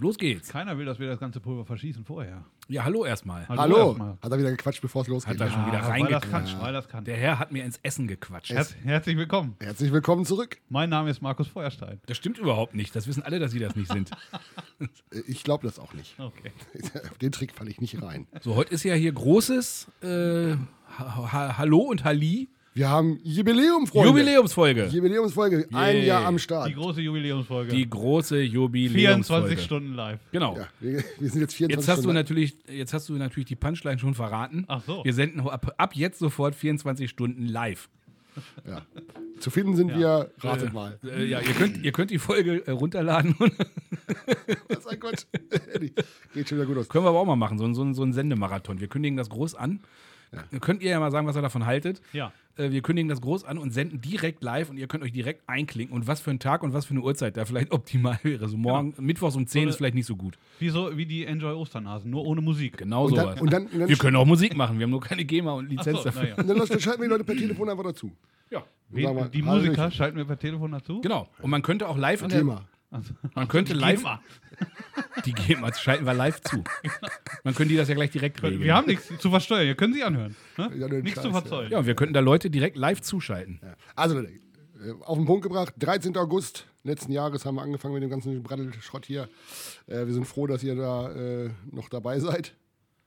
Los geht's. Keiner will, dass wir das ganze Pulver verschießen vorher. Ja, hallo erstmal. Hallo Hallo, Also erstmal. hat er wieder gequatscht, bevor es Hat losgeht. er schon wieder weil das kann, reingequatscht. weil das kann. Der Herr hat mir ins Essen gequatscht. Herz, herzlich willkommen. Herzlich willkommen zurück. Mein Name ist Markus Feuerstein. Das stimmt überhaupt nicht. Das wissen alle, dass sie das nicht sind. Äh, Ich glaube das auch nicht. Okay. Auf den Trick falle ich nicht rein. So, heute ist ja hier großes äh, ha ha Hallo und Halli. Wir haben Jubiläum, Freunde. Jubiläumsfolge. Jubiläumsfolge. Ein Yay. Jahr am Start. Die große Jubiläumsfolge. Die große Jubiläumsfolge. 24 Stunden live. Genau. Ja, wir, wir sind jetzt 24 Jetzt hast, du Stunden. natürlich, jetzt hast du natürlich die Punchline schon verraten. Ach so. Wir senden ab, ab jetzt sofort 24 Stunden live. ja. Zu finden sind wir, ratet Äh, mal. Äh, ja, ihr könnt, ihr könnt die Folge äh, runterladen. Und Was ein Gott. Eddie, Geht schon wieder gut aus. können wir aber auch mal machen, so, ein- so, ein- so ein Sendemarathon. Wir kündigen das groß an. Könnt ihr ja mal sagen, was ihr davon haltet. Ja. Äh, Wir kündigen das groß an und senden direkt live und ihr könnt euch direkt einklinken. Und was für ein Tag und was für eine Uhrzeit da vielleicht optimal wäre. So morgen, Mittwochs um 10 Genau. eine- ist vielleicht nicht so gut. Wie, so, wie die Enjoy Osternasen, nur ohne Musik. Genau Und dann- sowas. und dann- und dann- wir können auch Musik machen. Wir haben nur keine GEMA und Lizenz Achso, dafür. naja. Und dann, dann schalten wir die Leute per Telefon einfach dazu. Ja, Sag mal, Wen, die Hallöchen. Musiker schalten wir per Telefon dazu. genau. Und man könnte auch live an der, Thema. man könnte live GEMA. Die GEMA schalten wir live zu. Man können die das ja gleich direkt regeln. Wir haben nichts zu versteuern, ihr könnt sie anhören. Ne? Ja, den nichts zu Scheiß, verzollen. ja, und wir könnten da Leute direkt live zuschalten. Ja. Also, Leute, äh, auf den Punkt gebracht. 13. August letzten Jahres haben wir angefangen mit dem ganzen Brattelschrott hier. Äh, wir sind froh, dass ihr da äh, noch dabei seid.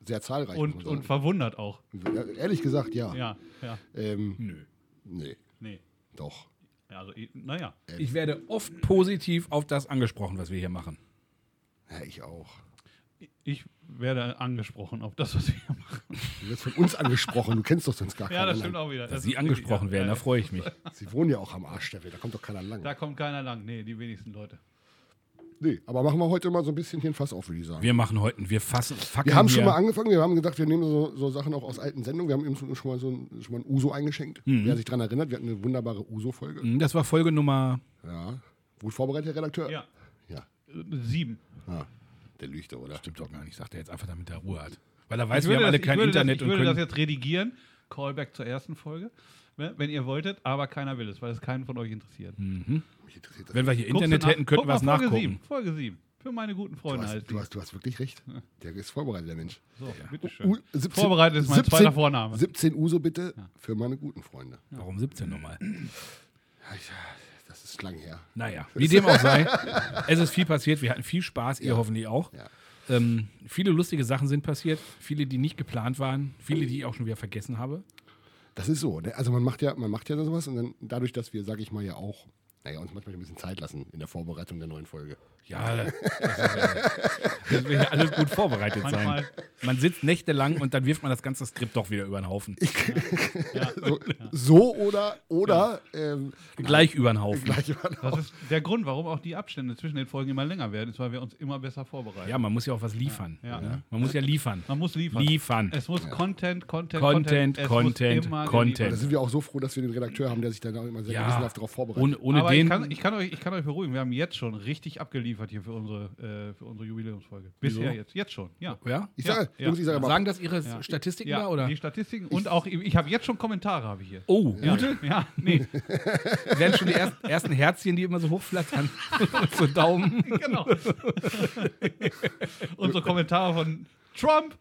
Sehr zahlreich. Und, muss und man verwundert auch. sagen. ja, ehrlich gesagt, ja. Ja, ja. Ähm, Nö. nee, Nee. doch. Ja, Also, ich- naja. Ich werde oft positiv auf das angesprochen, was wir hier machen. Ja, ich auch. Ich werde angesprochen auf das, was wir hier machen. Du wirst von uns angesprochen. Du kennst doch sonst gar Ja, keinen. das stimmt anderen. auch wieder. Dass Das Sie ist- angesprochen ja, werden, ne? da ja, freue ich mich. Sie wohnen ja auch am Arsch der Welt. Da kommt doch keiner lang. Da kommt keiner lang. Nee, die wenigsten Leute. Nee, aber machen wir heute mal so ein bisschen hier ein Fass auf, würde ich sagen. Wir machen heute, wir fassen, fucken Wir haben hier. schon mal angefangen, wir haben gesagt, wir nehmen so, so Sachen auch aus alten Sendungen. Wir haben eben schon schon mal so ein, schon mal ein Uso eingeschenkt. Mhm. Wer sich daran erinnert, wir hatten eine wunderbare Uso-Folge. Hm, das war Folge Nummer, Ja. Gut vorbereitet, Herr Redakteur? Ja. Ja. Sieben. Ah, der Lüchter, oder? stimmt doch gar nicht, sagt er jetzt einfach, damit er Ruhe hat. Weil er weiß, Also wir würde haben alle das, kein ich würde Internet das, und Ich würde das können. jetzt redigieren. Callback zur ersten Folge, ne? wenn wenn ihr wolltet, aber keiner will es, weil es keinen von euch interessiert. Mich interessiert das. Wenn wir hier Hm. Guckst Internet du nach- hätten, könnten wir guck mal es Folge nachgucken. Sieben, Folge 7. Für meine guten Du Freunde hast, heißt du, halt die. hast, du hast wirklich recht. Der ist vorbereitet, der Mensch. So, U- bitteschön. 17 Vorbereitet ist mein 17 zweiter Vorname. 17 Uso bitte für meine guten Freunde. Warum 17 nochmal? Ja, ich- Das ist lang her. Naja, wie dem auch sei. es ist viel passiert. Wir hatten viel Spaß, ihr hoffentlich auch. Ja. Ähm, viele lustige Sachen sind passiert, viele, die nicht geplant waren, viele, die ich auch schon wieder vergessen habe. Das ist so. ne? Also man macht ja, man macht ja sowas und dann dadurch, dass wir, sag ich mal, ja auch, naja, uns manchmal ein bisschen Zeit lassen in der Vorbereitung der neuen Folge. Ja, das, ist, äh, das will ja alles gut vorbereitet sein. Manchmal. Man sitzt nächtelang und dann wirft man das ganze Skript doch wieder über den Haufen. So, so oder oder ähm, Gleich über den Haufen. gleich mal Das ist der Grund, warum auch die Abstände zwischen den Folgen immer länger werden, ist, weil wir uns immer besser vorbereiten. Ja, man muss ja auch was liefern. Ja. ne? Man muss ja liefern. Man muss liefern. Liefern. Es muss Content, Content, Content, Content, es Content, muss immer Content. Da geliefert sind wir auch so froh, dass wir den Redakteur haben, der sich dann auch immer sehr gewissenhaft darauf vorbereitet. Ohne, ohne Aber den. ich kann, ich, kann euch, ich kann euch beruhigen, wir haben jetzt schon richtig abgeliefert hier für unsere, äh, für unsere Jubiläumsfolge. Bisher Wieso? jetzt. Jetzt schon, ja. ja? ich Ja, sage, ja. Jungs, ich sage mal, Sagen das Ihre Ja. Statistiken ja, da? Oder? Die Statistiken und auch, ich habe jetzt schon Kommentare, habe ich hier. Oh, Ja. gute? Ja, nee, Werden schon die ersten, ersten Herzchen, die immer so hochflattern. und so Daumen. genau. unsere Kommentare von Trump.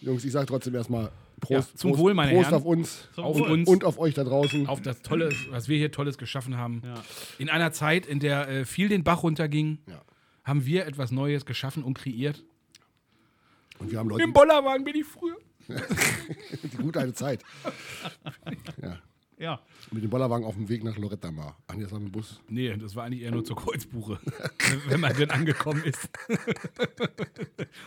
Jungs, ich sage trotzdem erstmal Prost, Ja, zum Prost, Wohl, meine Prost Herren. auf uns Zum Auf Wohl. uns. und auf euch da draußen. auf das Tolle, was wir hier Tolles geschaffen haben. Ja. In einer Zeit, in der äh, viel den Bach runterging, Ja. haben wir etwas Neues geschaffen und kreiert. Und wir haben Leute, Bollerwagen bin ich früher. die gute alte Zeit. ja. Ja, Mit dem Bollerwagen auf dem Weg nach Loretta Mar. Ach nee, das war mit dem Bus. Nee, das war eigentlich eher nur zur Kreuzbuche, wenn man denn angekommen ist.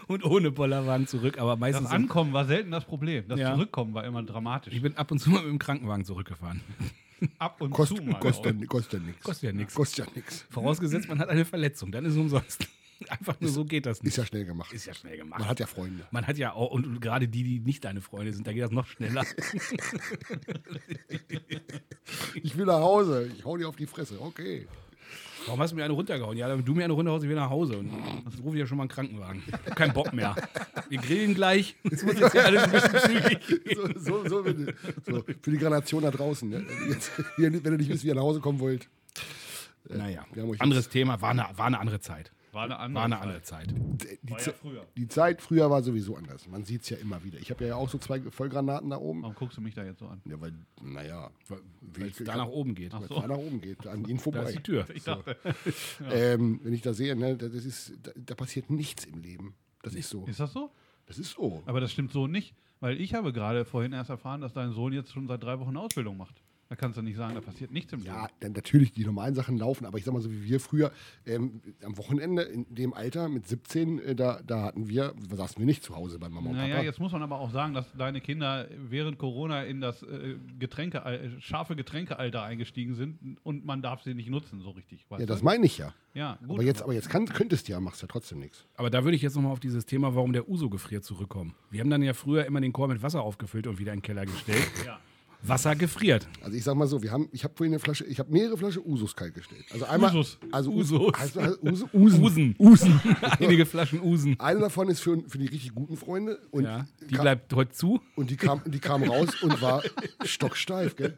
und ohne Bollerwagen zurück, aber das meistens. im- Ankommen war selten das Problem. Das Ja. Zurückkommen war immer dramatisch. ich bin ab und zu mal mit dem Krankenwagen zurückgefahren. Ab und Kost, zu mal. auch. kostet, kostet nichts. Kostet ja nix. Kostet ja nichts. Vorausgesetzt, man hat eine Verletzung, dann ist es umsonst. Einfach nur so geht das Ist nicht. ja schnell gemacht. Ist ja schnell gemacht. Man hat ja Freunde. Man hat ja auch, und, und gerade die, die nicht deine Freunde sind, da geht das noch schneller. Ich will nach Hause. Ich hau dir auf die Fresse. Okay. Warum hast du mir eine runtergehauen? Ja, damit du mir eine runterhaust, ich will nach Hause. Und jetzt rufe ich ja schon mal einen Krankenwagen. Ich hab keinen Bock mehr. Wir grillen gleich. Das muss jetzt hier alles ein bisschen zügig. So, so, so, bitte. so für die Granation da draußen. Ne? Jetzt, wenn ihr nicht wisst, wie ihr nach Hause kommen wollt. Naja, Wir haben euch anderes Thema, war eine, war eine andere Zeit. War eine andere. War eine Zeit. andere Zeit. Die, die, Oh War ja Ze- früher. die Zeit früher war sowieso anders. Man sieht es ja immer wieder. Ich habe ja auch so zwei Vollgranaten da oben. Warum guckst du mich da jetzt so an? Ja, weil, naja, weil Weil es da nach oben geht. weil es da nach oben geht, an ihnen Da vorbei. ist die Tür. Ich dachte, Ähm, wenn ich da sehe, ne, das ist, da, da passiert nichts im Leben. Das ist so. ist das so? Das ist so. Aber das stimmt so nicht, weil ich habe gerade vorhin erst erfahren, dass dein Sohn jetzt schon seit drei Wochen eine Ausbildung macht. Da kannst du nicht sagen, da passiert nichts im Ja, Leben. dann natürlich, die normalen Sachen laufen, aber ich sag mal so wie wir früher ähm, am Wochenende in dem Alter mit 17, äh, da, da hatten wir, saßen wir nicht zu Hause bei Mama und Naja, Papa. jetzt muss man aber auch sagen, dass deine Kinder während Corona in das äh, Getränke, äh, scharfe Getränkealter eingestiegen sind und man darf sie nicht nutzen, so richtig. weißt ja, das du? meine ich ja. ja, gut. Aber jetzt, aber jetzt kann, könntest du ja, machst ja trotzdem nichts. Aber da würde ich jetzt nochmal auf dieses Thema, warum der Uso gefriert, zurückkommen. Wir haben dann ja früher immer den Chor mit Wasser aufgefüllt und wieder in den Keller gestellt. Ja. Wasser gefriert. Also ich sag mal so, wir haben, ich habe vorhin eine Flasche, ich habe mehrere Flaschen Usus kalt gestellt. Also einmal, Usus. also Usus. Also, also Usu- Usen. Usen. Usen. Einige Flaschen Usen. Eine davon ist für, für die richtig guten Freunde und, Ja, die ka- bleibt heute zu. und die, kam, die kam raus und war stocksteif, gell?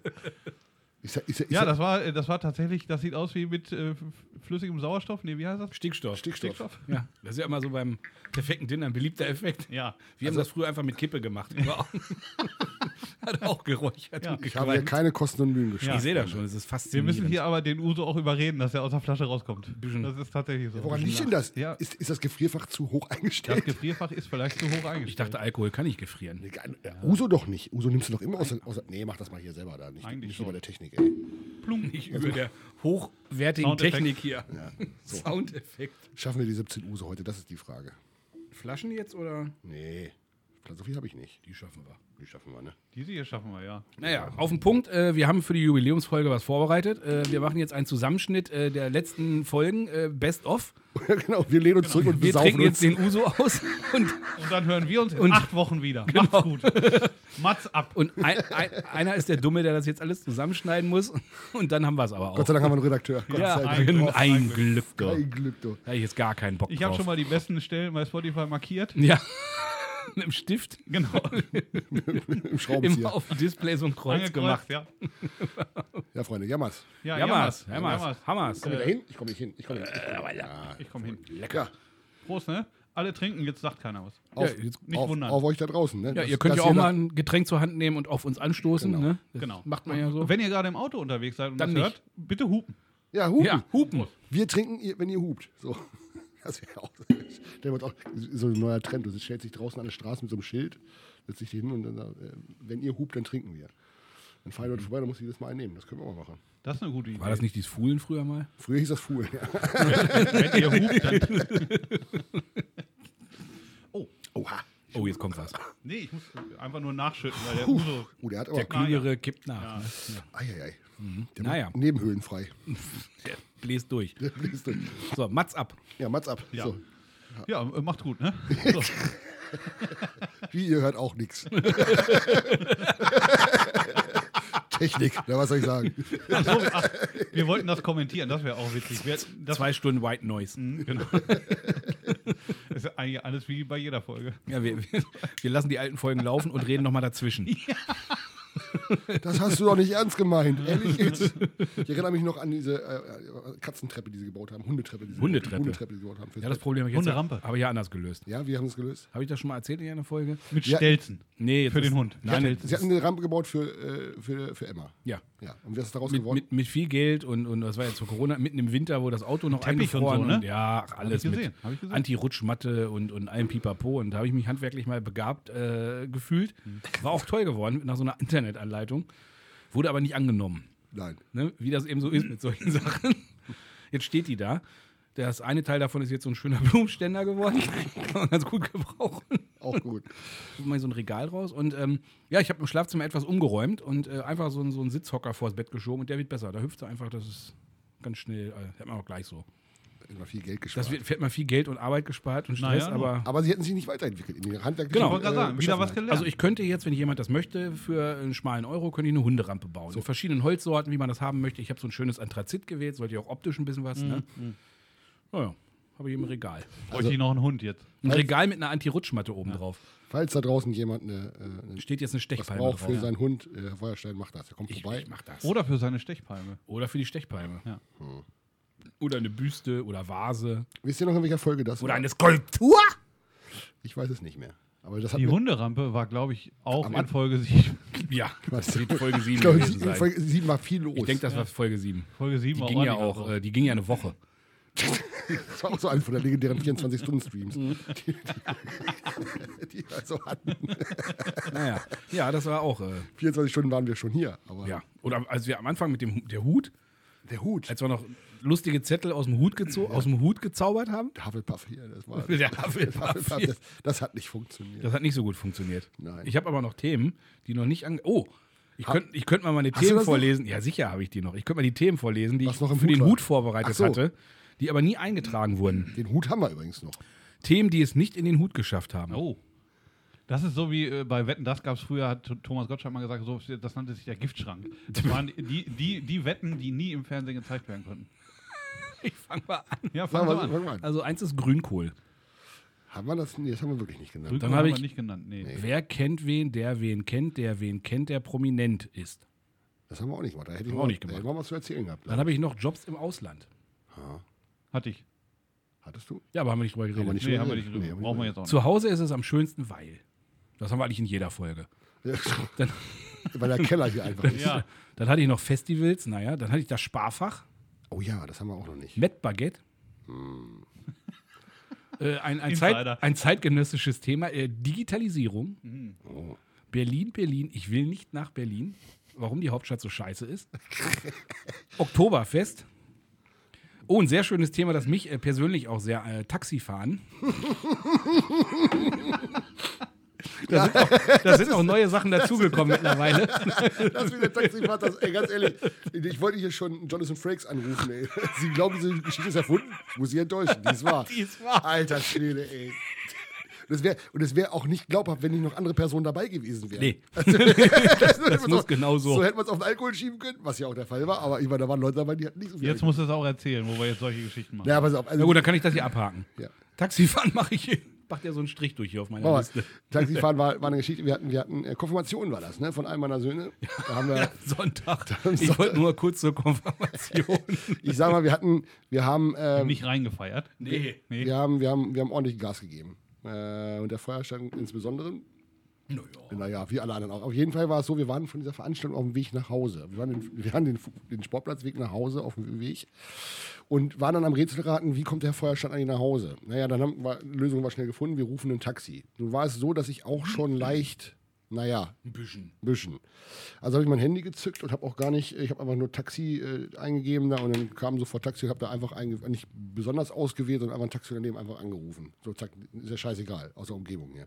Ich sag, ich sag, ich Ja, sag, das war, äh, das war tatsächlich, das sieht aus wie mit äh, f- flüssigem Sauerstoff. Nee, wie heißt das? Stickstoff. Stickstoff. Ja, das ist ja immer so beim perfekten Dinner ein beliebter Effekt. Ja. Wir Also haben das früher einfach mit Kippe gemacht. Hat auch geräuchert. Ja. und Ich habe hier gequalmt. keine Kosten und Mühen geschrieben. ich sehe das schon, es ist Wir faszinierend. müssen hier aber den Uso auch überreden, dass er aus der Flasche rauskommt. Bisschen. Das ist tatsächlich so. Woran liegt denn das? Ja. Ist, ist das Gefrierfach zu hoch Das eingestellt? Gefrierfach ist vielleicht zu hoch eingestellt. ich dachte, Alkohol kann nicht gefrieren. Ja. äh, Uso doch nicht. Uso nimmst du doch immer aus der, aus der. Nee, mach das mal hier selber da. Nicht, Eigentlich nicht schon. über der Technik, ey. Plum nicht über der hochwertigen Soundeffekt. Technik hier. Also So. Soundeffekt. Schaffen wir die 17 Uso heute? Das ist die Frage. Flaschen jetzt oder? Nee. So viel habe ich nicht. Die schaffen wir. Die schaffen wir, ne? Diese hier schaffen wir, ja. Naja, auf den Punkt. Äh, wir haben für die Jubiläumsfolge was vorbereitet. Äh, wir machen jetzt einen Zusammenschnitt äh, der letzten Folgen, äh, Best of. genau, wir lehnen uns zurück und Wir besaufen trinken jetzt uns. den Uso aus und, Und dann hören wir uns in Und- Genau. acht Wochen wieder. Macht's gut. Mats ab. und ein, ein, einer ist der Dumme, der das jetzt alles zusammenschneiden muss. Und dann haben wir es aber auch. Gott sei Dank haben wir einen Redakteur. Gott ja, sei Dank. Oh, ein, ein Glück. Da Ein Glück, du. habe ich jetzt gar keinen Bock Ich drauf. habe schon mal die besten Stellen bei Spotify markiert. Ja. Mit dem Stift Genau. Im immer Schraubenzieher. auf dem Display so ein Kreuz Angekreuzt, gemacht. Ja, Ja, Freunde, jammers. ja Jammers, Jammers. Äh, Jammers, Hammers. Komm wieder hin. Ich komme nicht hin. Ich komme nicht hin. Ja. Ich komme hin. Lecker. Prost, ne? Alle trinken, jetzt sagt keiner was. Ja, Auf, jetzt- Nicht auf, wundern. auf euch da draußen, ne? Ja, Dass- ihr könnt dass ja auch da- mal ein Getränk zur Hand nehmen und auf uns anstoßen. Genau. Ne? Das Genau. Macht man ja so. Wenn ihr gerade im Auto unterwegs seid und Dann das nicht. hört, bitte hupen. Ja, hupen. Ja, hupen. Wir trinken, ihr- wenn ihr hupt. So. Das wäre auch, stell dir mal auch so ein neuer Trend. Du stellst dich draußen an der Straße mit so einem Schild, setzt dich hin und dann, sagt, äh, wenn ihr hupt, dann trinken wir. Dann fahren die Mhm. Leute vorbei, dann muss ich das mal einnehmen. Das können wir auch machen. Das ist eine gute Idee. War das nicht dieses Fuhlen früher mal? Früher hieß das Fuhl. Ja. Wenn ihr hupt, dann Oha. Oh, jetzt kommt was. Nee, ich muss einfach nur nachschütten, weil der Uso. Oh, der hat aber. Ah, Der Klügere kippt nach. ne? Eieiei. Mhm. Der Naja. macht Nebenhöhlen frei. Der bläst durch. Der bläst durch. So, Mats ab. ja, Mats ab. Ja. So. Ja, äh, macht gut, ne? So. Wie ihr hört auch nichts. Technik, na, was soll ich sagen? Ach so, ach, wir wollten das kommentieren, das wäre auch witzig. Wir, das, Zwei Stunden White Noise. Hm, genau. ist ja eigentlich alles wie bei jeder Folge. Ja, wir, wir, wir lassen die alten Folgen laufen und reden nochmal dazwischen. Das hast du doch nicht ernst gemeint. Ehrlich jetzt. Ich erinnere mich noch an diese äh, Katzentreppe, die sie gebaut haben. Hundetreppe, die sie Hundetreppe. Hundetreppe, die sie gebaut haben. Ja, das Problem habe ich jetzt Hunderampe. habe ich ja anders gelöst. ja, wir haben es gelöst. Habe ich das schon mal erzählt in einer Folge? Mit Ja. Stelzen. Nee, jetzt Für ist- den Hund. Nein, Ja, jetzt Sie ist, hatten eine Rampe gebaut für, äh, für, für Emma. ja. Ja. Und was ist daraus Mit, geworden? mit, mit viel Geld und, und das war jetzt vor Corona, mitten im Winter, wo das Auto noch Teppich und eingefroren so, ne? ja, ach, alles ich gesehen, hab ich mit gesehen. Anti-Rutschmatte und, und allem Pipapo und da habe ich mich handwerklich mal begabt äh, gefühlt. War auch toll geworden nach so einer Internetanleitung, wurde aber nicht angenommen, Nein. ne? wie das eben so ist mit solchen Sachen. Jetzt steht die da. Das eine Teil davon ist jetzt so ein schöner Blumenständer geworden. Kann man ganz gut gebrauchen Auch gut. mal so ein Regal raus und ähm, ja, ich habe im Schlafzimmer etwas umgeräumt und äh, einfach so, einen- so einen Sitzhocker vors Bett geschoben und der wird besser. Da hüpft er einfach, das ist ganz schnell, äh, hat man auch gleich so. Immer viel Geld gespart. Das wird, fährt man viel Geld und Arbeit gespart und Stress, Naja, nur. aber Aber sie hätten sich nicht weiterentwickelt in Äh, ihrer handwerklichen Genau. Ich ne? wollte gerade sagen, wieder was Beschaffenheit. gelernt. also ich könnte jetzt, wenn jemand das möchte, für einen schmalen Euro, könnte ich eine Hunderampe bauen. So verschiedenen Holzsorten, wie man das haben möchte. Ich habe so ein schönes Anthrazit gewählt, sollte ja auch optisch ein bisschen was, ne? Mhm, Naja, habe ich im Regal. Bräuchte ich noch einen Hund jetzt. Ein Regal mit einer Anti-Rutschmatte oben drauf. Falls da draußen jemand eine, äh, eine Steht jetzt eine was Stechpalme braucht drauf. für seinen Hund, äh, Herr Feuerstein macht das. Er kommt Ich, vorbei. ich mach das. Oder für seine Stechpalme. Oder für die Stechpalme. Ja. Hm. Oder eine Büste oder Vase. Wisst ihr noch, in welcher Folge das Oder war? eine Skulptur. Ich weiß es nicht mehr. Aber das hat Die mir- Hunderampe war, glaube ich, auch Am in Anfang- Folge 7. Ja, Was? das wird Folge 7 ich glaube, gewesen sie, sein. Folge sieben war viel los. ich denke, das war Folge 7. Folge 7 Die ging ja auch, äh, die ging ja eine Woche. das war auch so ein von der legendären 24-Stunden-Streams. Mhm. die, die, die wir so hatten. Naja, ja, das war auch, äh, 24 Stunden waren wir schon hier. Aber ja. Also- Oder als wir am Anfang mit dem Hu- der Hut, der Hut, als wir noch lustige Zettel aus dem Hut, gezo aus dem Hut gezaubert haben. der Hufflepuff hier, das war. Der Hufflepuff hier. das, das hat nicht funktioniert. Das hat nicht so gut funktioniert. Nein. Ich habe aber noch Themen, die noch nicht ange. Oh, ich Ha- könnte ich könnt mal meine Hast du Themen das noch? vorlesen. Ja, sicher habe ich die noch. Ich könnte mal die Themen vorlesen, die Was ich noch im für Hut den war. Hut vorbereitet Ach so. hatte, die aber nie eingetragen wurden. Den Hut haben wir übrigens noch. Themen, die es nicht in den Hut geschafft haben. Oh. Das ist so wie äh, bei Wetten, das gab es früher, hat Th- Thomas Gottschalk mal gesagt, so, das nannte sich der Giftschrank. Das waren die, die, die Wetten, die nie im Fernsehen gezeigt werden konnten. Ich fange mal an. Ja, fangen Sag wir mal, an. fang mal an. Also eins ist Grünkohl. Haben wir das? Nee, das haben wir wirklich nicht genannt. Dann Rückwärts hab haben ich- wir nicht genannt. Nee. Wer kennt wen, der wen kennt, der wen kennt, der prominent ist. Das haben wir auch nicht gemacht. Da hätte ich Haben wir mal- auch nicht da gemacht. hätten wir was zu erzählen gehabt. ne? Dann habe ich noch Jobs im Ausland. Hatte ich. Hattest du? Ja, aber haben wir nicht drüber geredet. wir nicht Nee, schon haben wir gesehen. nicht. Nee, haben wir brauchen wir nicht. jetzt auch nicht. Zu Hause ist es am schönsten, weil. Das haben wir eigentlich in jeder Folge. Dann- Weil der Keller hier einfach ist. Ja. Dann hatte ich noch Festivals, naja, dann hatte ich das Sparfach. Oh ja, das haben wir auch noch nicht. Mettbaguette. Hm. Äh, ein, ein, Insider. Zeit, ein zeitgenössisches Thema. Äh, Digitalisierung. Hm. Berlin, Berlin. Ich will nicht nach Berlin. Warum die Hauptstadt so scheiße ist. Oktoberfest. Oh, ein sehr schönes Thema, das mich äh, persönlich auch sehr äh, Taxifahren. da sind auch, da sind auch neue Sachen dazugekommen mittlerweile. Das mit der Taxifahrt, das, ey, ganz ehrlich, ich wollte hier schon Jonathan Frakes anrufen, ey. Sie glauben, diese Geschichte ist erfunden? Ich muss Sie enttäuschen, dies war. dies war. Alter Schwede, ey. Das wär, und es wäre auch nicht glaubhaft, wenn nicht noch andere Personen dabei gewesen wären. Nee. das, das muss genau so. So hätte man es auf den Alkohol schieben können, was ja auch der Fall war, aber ich meine, da waren Leute dabei, die hatten nicht so viel. Jetzt musst du es auch erzählen, wo wir jetzt solche Geschichten machen. ja, pass auf. Also, Na gut, dann kann ich das hier abhaken. Ja. Taxifahren mache ich. Macht ja so einen Strich durch hier auf meiner Mach mal. Liste. Taxifahren war, war eine Geschichte, wir hatten, wir hatten äh, Konfirmation war das, ne? Von einem meiner Söhne. Da haben wir, Sonntag. Sonntag. Ich wollte nur kurz zur Konfirmation. ich sag mal, wir hatten, wir haben, ähm, Nicht reingefeiert. Nee. nee. Wir haben, wir haben, wir haben ordentlich Gas gegeben. Äh, und der Feuerstand insbesondere. Naja, wie alle anderen auch. Auf jeden Fall war es so, wir waren von dieser Veranstaltung auf dem Weg nach Hause. Wir, waren den, wir hatten den, Fu- den Sportplatzweg nach Hause auf dem Weg und waren dann am Rätselraten, wie kommt der Feuerstand eigentlich nach Hause? Naja, dann haben wir, Lösung war schnell gefunden, wir rufen ein Taxi. Nun war es so, dass ich auch schon leicht, naja, Ein bisschen. Büschen. Also habe ich mein Handy gezückt und habe auch gar nicht, ich habe einfach nur Taxi äh, eingegeben da und dann kam sofort Taxi und habe da einfach einge- nicht besonders ausgewählt, sondern einfach ein Taxi daneben einfach angerufen. So zack, ist ja scheißegal, aus der Umgebung her.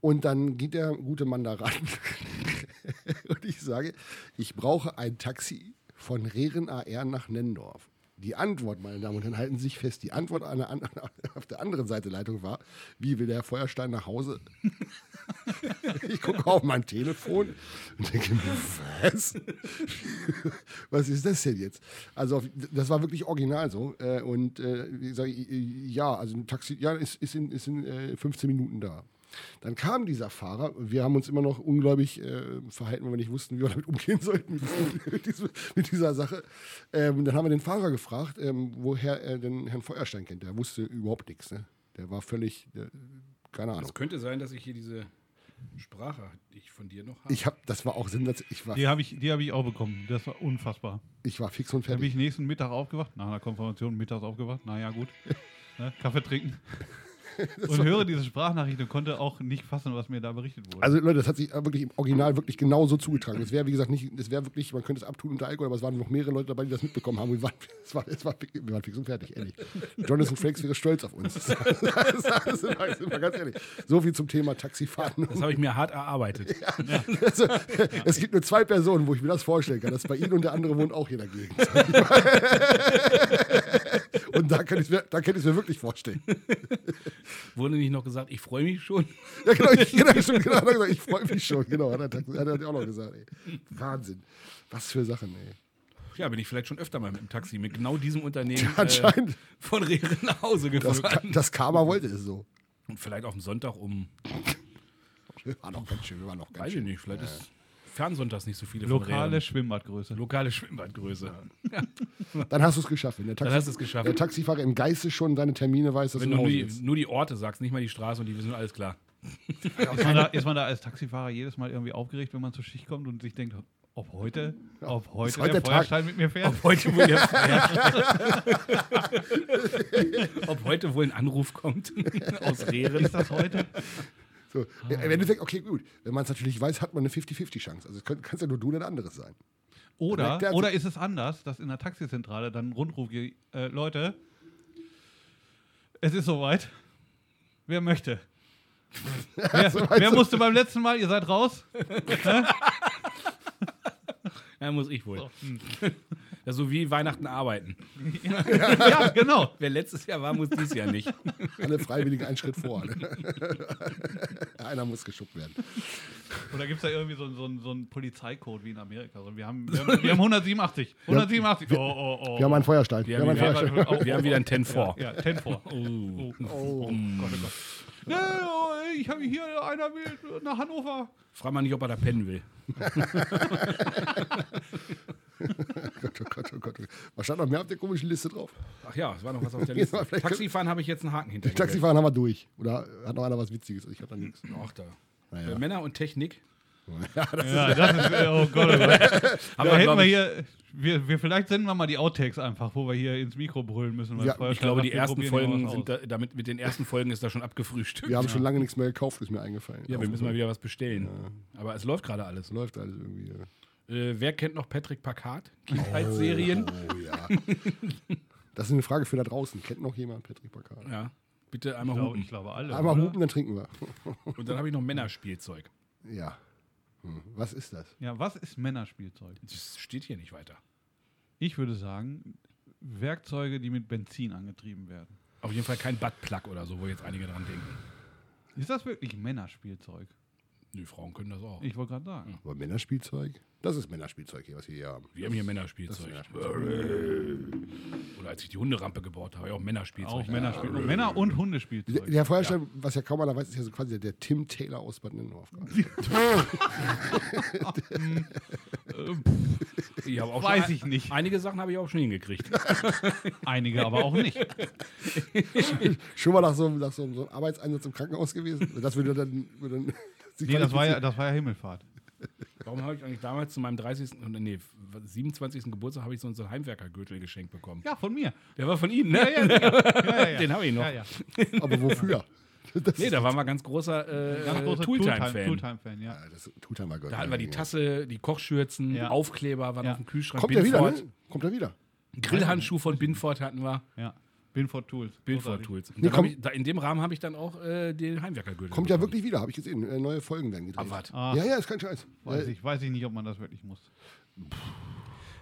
Und dann geht der gute Mann da ran und ich sage, ich brauche ein Taxi von Rehren AR nach Nendorf. Die Antwort, meine Damen und Herren, halten Sie sich fest, die Antwort an der, an, auf der anderen Seite der Leitung war, wie will der Feuerstein nach Hause? Ich gucke auf mein Telefon und denke mir, was? Was ist das denn jetzt? Also, auf- das war wirklich original so. Äh, Und äh, ich sage, ja, also ein Taxi, ja, ist, ist in, ist in äh, 15 Minuten da. Dann kam dieser Fahrer, wir haben uns immer noch ungläubig äh, verhalten, weil wir nicht wussten, wie wir damit umgehen sollten mit, diesem- mit, diesem- mit dieser Sache. Ähm, dann haben wir den Fahrer gefragt, ähm, woher er den Herrn Feuerstein kennt. Der wusste überhaupt nichts. Ne? Der war völlig, der, keine Ahnung. Also, Es könnte sein, dass ich hier diese Sprache, die ich von dir noch habe. Ich habe, das war auch sensationell. Ich war, Die habe ich, die hab ich auch bekommen. Das war unfassbar. ich war fix und Da bin fertig. ich nächsten Mittag aufgewacht, nach einer Konfirmation mittags aufgewacht, naja gut, ne, Kaffee trinken und höre diese Sprachnachricht und konnte auch nicht fassen, was mir da berichtet wurde. Also Leute, das hat sich äh, wirklich im Original wirklich genauso zugetragen. Es wäre, wie gesagt, nicht, es wäre wirklich, man könnte es abtun unter Alkohol, aber es waren noch mehrere Leute dabei, die das mitbekommen haben. Wir waren, es war, es war, wir waren fix und fertig, ehrlich. Jonathan Frakes wäre stolz auf uns. Das, das, das, das, sind wir- sind wir ganz ehrlich. So viel zum Thema Taxifahren. das habe ich mir hart erarbeitet. Also, es gibt nur zwei Personen, wo ich mir das vorstellen kann. Das ist bei Ihnen und der andere wohnt auch hier dagegen. Und da kann ich es mir, da kann ich es mir wirklich vorstellen. Wurde nicht noch gesagt, ich freue mich schon. Ja, genau, ich, genau, stimmt, genau, hat er gesagt, ich freue mich schon, genau, hat er, hat er auch noch gesagt, ey. Wahnsinn. Was für Sachen, ey. Ja, bin ich vielleicht schon öfter mal mit dem Taxi mit genau diesem Unternehmen äh, also Anscheinend, von Rehren nach Hause das, gefahren. das Karma wollte es so. Und vielleicht auch am Sonntag um, War noch ganz schön, wir waren noch ganz weiß schön. ich nicht, vielleicht ist Fernsonntags nicht so viele von Lokale reden. Schwimmbadgröße. Lokale Schwimmbadgröße. Dann hast du es geschafft. Wenn der, Taxi hast du es geschafft. der Taxifahrer im Geiste schon seine Termine weiß, dass Wenn du du nach nur Hause die, willst. nur die Orte sagst, nicht mal die Straße und die wissen alles klar. Ist man, da, ist man da als Taxifahrer jedes Mal irgendwie aufgeregt, wenn man zur Schicht kommt und sich denkt, ob heute, ob heute heute der, der Tag. Feuerstein mit mir fährt? Ob heute wohl, der Ob heute wohl ein Anruf kommt aus Rehren. Ist das heute? So. Ah. Im Endeffekt, okay, gut. Wenn man es natürlich weiß, hat man eine 50-50-Chance. Also es kann es ja nur du oder ein anderes sein. Oder, Der- der- oder ist es anders, dass in der Taxizentrale dann ein Rundruf geht, äh, Leute, es ist soweit. Wer möchte? Wer, weißt wer du. musste beim letzten Mal? Ihr seid raus? Ja, muss ich wohl. Ja, so wie Weihnachten arbeiten. ja, genau. Wer letztes Jahr war, muss dieses Jahr nicht. Alle Freiwilligen einen Schritt vor. ne? Einer muss geschubbt werden. Oder gibt es da irgendwie so, einen- so, einen- so einen Polizeicode wie in Amerika? Also wir, haben, wir, haben, wir haben 187. 187. Oh, oh, oh. Wir haben einen Feuerstein. Wir Wir haben einen haben Feuerstein. wieder, wir haben wieder ein 10 vor. Ja, 10 vor. Oh. Oh. Ja, oh, ey, ich habe hier einer will nach Hannover. Frag mal nicht, ob er da pennen will. Gott, oh Gott, oh Gott. Was stand noch mehr auf der komischen Liste drauf? Ach ja, es war noch was auf der Jetzt mal Liste. vielleicht- Taxifahren habe ich jetzt einen Haken hinter. Taxifahren haben wir durch. Oder hat noch einer was Witziges? Ich habe da nichts. Ach da. Naja. Äh, Männer und Technik. Ja, das ist, äh, oh Gott, oh Gott. Aber Da hätten glaub wir ich, hier, wir, wir vielleicht senden wir mal die Outtakes einfach, wo wir hier ins Mikro brüllen müssen. weil Ja, Feuerstein ich glaube, sagt, die wir ersten probieren hier Folgen was sind aus. da, damit mit den ersten Folgen ist da schon abgefrühstückt. Wir haben schon lange nichts mehr gekauft, ist mir eingefallen. Ja, wir müssen mal wieder was bestellen. Aber es läuft gerade alles. Läuft alles irgendwie. ja. Äh, wer kennt noch Patrick Packard? Kindheitsserien. Oh ja. Das ist eine Frage für da draußen. Kennt noch jemand Patrick Packard? Ja. Bitte Ich einmal glaube, hupen. ich glaube alle. Einmal oder? hupen, dann trinken wir. Und dann habe ich noch Männerspielzeug. Ja. Hm. Was ist das? Ja, was ist Männerspielzeug? Das steht hier nicht weiter. Ich würde sagen, Werkzeuge, die mit Benzin angetrieben werden. Auf jeden Fall kein Buttplug oder so, wo jetzt einige dran denken. Ist das wirklich Männerspielzeug? Die Frauen können das auch. Ich wollte gerade sagen. Aber Männerspielzeug? Das ist Männerspielzeug hier, was wir hier haben. Wir haben hier Männerspielzeug. Oder als ich die Hunderampe gebaut habe, habe ich auch Männerspielzeug. Auch Männerspielzeug. Männer- und Der, Hundespielzeug. der Feuerstein, was ja kaum einer weiß, ist ja so quasi der, der Tim Taylor aus Bad Nenndorf. Ich habe auch Weiß schon- ich nicht. Einige Sachen habe ich auch schon hingekriegt. Einige aber auch nicht. Schon mal nach so, einem- nach so, einem- so einem Arbeitseinsatz im Krankenhaus gewesen? Das würde dann. Würde dann Nee, das war ja, das war ja Himmelfahrt. Warum habe ich eigentlich damals zu meinem 30. und- nee, 27. Geburtstag habe ich so so einen Heimwerkergürtel geschenkt bekommen? Ja, von mir. Der war von Ihnen, ne? Ja, ja, ja. Den habe ich noch. Ja, ja. Aber wofür? Das, Nee, da war mal ganz großer, äh, Ganz großer Tooltime-Fan. Tooltime-Fan, ja. das tut er mal Gott. Da hatten wir die Tasse, die Kochschürzen, Ja. Aufkleber waren Ja. auf dem Kühlschrank. Kommt er wieder, Binford. ne? Kommt er wieder. Ein Grillhandschuh von Binford hatten wir. ja. Binford Tools. Binford Großartig. Tools. Und Nee, dann hab komm- ich, da, in dem Rahmen habe ich dann auch äh, den Heimwerkergürtel. Kommt ja wirklich wieder, habe ich gesehen. Äh, Neue Folgen werden gedreht. Aber wart. Ah. Ja, ja, ist kein Scheiß. Weiß Äh, ich, weiß ich nicht, ob man das wirklich muss.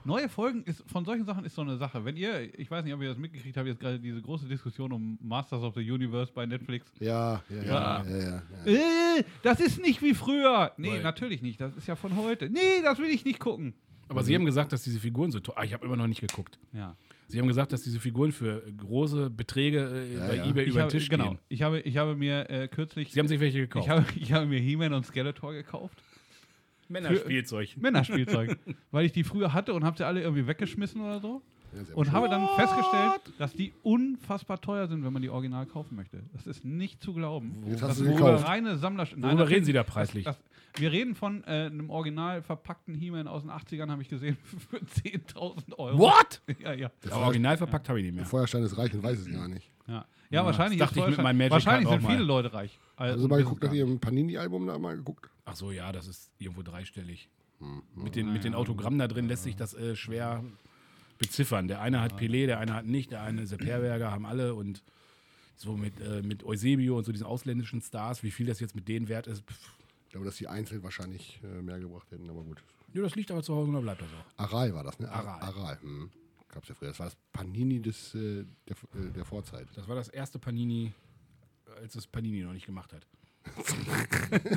Neue Folgen ist, von solchen Sachen ist so eine Sache. Wenn ihr, ich weiß nicht, ob ihr das mitgekriegt habt, jetzt gerade diese große Diskussion um Masters of the Universe bei Netflix. Ja, ja, ja. ja, ja, ja. Äh, das ist nicht wie früher. Nee, Weil- natürlich nicht. Das ist ja von heute. Nee, das will ich nicht gucken. Aber Sie haben gesagt, dass diese Figuren so toll. Ah, ich habe immer noch nicht geguckt. Ja. Sie haben gesagt, dass diese Figuren für große Beträge äh, Ja, bei ja. eBay Ich über den habe, Tisch genau. gehen. Ich habe, ich habe mir äh, kürzlich. Sie haben sich welche ich, gekauft. habe, ich habe mir He-Man und Skeletor gekauft. Männerspielzeug. Männerspielzeug. weil ich die früher hatte und habe sie alle irgendwie weggeschmissen oder so. Ja, sehr Und schön. habe dann festgestellt, dass die unfassbar teuer sind, wenn man die original kaufen möchte. Das ist nicht zu glauben. Jetzt das hast du ist gekauft. reine Sammler. Worüber reden Sie da das- preislich? Das, wir reden von äh, einem original verpackten He-Man aus den 80ern, habe ich gesehen, für 10.000 Euro. What? Ja, ja. Aber original verpackt habe ich nicht mehr. Feuerstein ist reich und weiß es gar nicht. Ja, ja, wahrscheinlich, das dachte ich mit Deutschland- meinem Magic wahrscheinlich Card sind auch viele mal. Leute reich. Also mal geguckt, nach ihrem Panini-Album da mal geguckt. Ach so, ja, das ist irgendwo dreistellig. Mhm. Mit den, mit den Autogrammen da drin lässt sich das äh, schwer beziffern. Der eine hat Pelé, der eine hat nicht, der eine ist der Perberger, haben alle und so mit, äh, mit Eusebio und so diesen ausländischen Stars, wie viel das jetzt mit denen wert ist. Pff. Ich glaube, dass die einzeln wahrscheinlich äh, mehr gebracht hätten, aber gut. Ja, das liegt aber zu Hause und da bleibt das auch. Aral war das, ne? Aral. Aral. Hm. Gab's ja früher. Das war das Panini des, äh, der, äh, der Vorzeit. Das war das erste Panini, als es Panini noch nicht gemacht hat.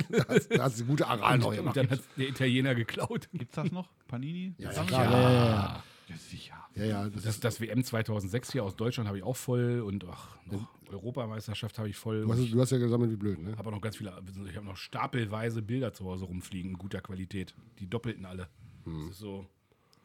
Da hat's- da hat sie gute Aral neu und gemacht. dann hat der Italiener geklaut. Gibt es das noch? Panini? Ja, ja, Sammler? klar. Ja, ja, ja. Ja, sicher. Ja, ja, das, Das, ist, das WM 2006 hier aus Deutschland habe ich auch voll und ach, noch Europameisterschaft habe ich voll. du, Und hast, ich du hast ja gesammelt wie blöd, ne? habe auch noch ganz viele, ich habe noch stapelweise Bilder zu Hause rumfliegen, guter Qualität. Die doppelten alle. Hm. Das ist so,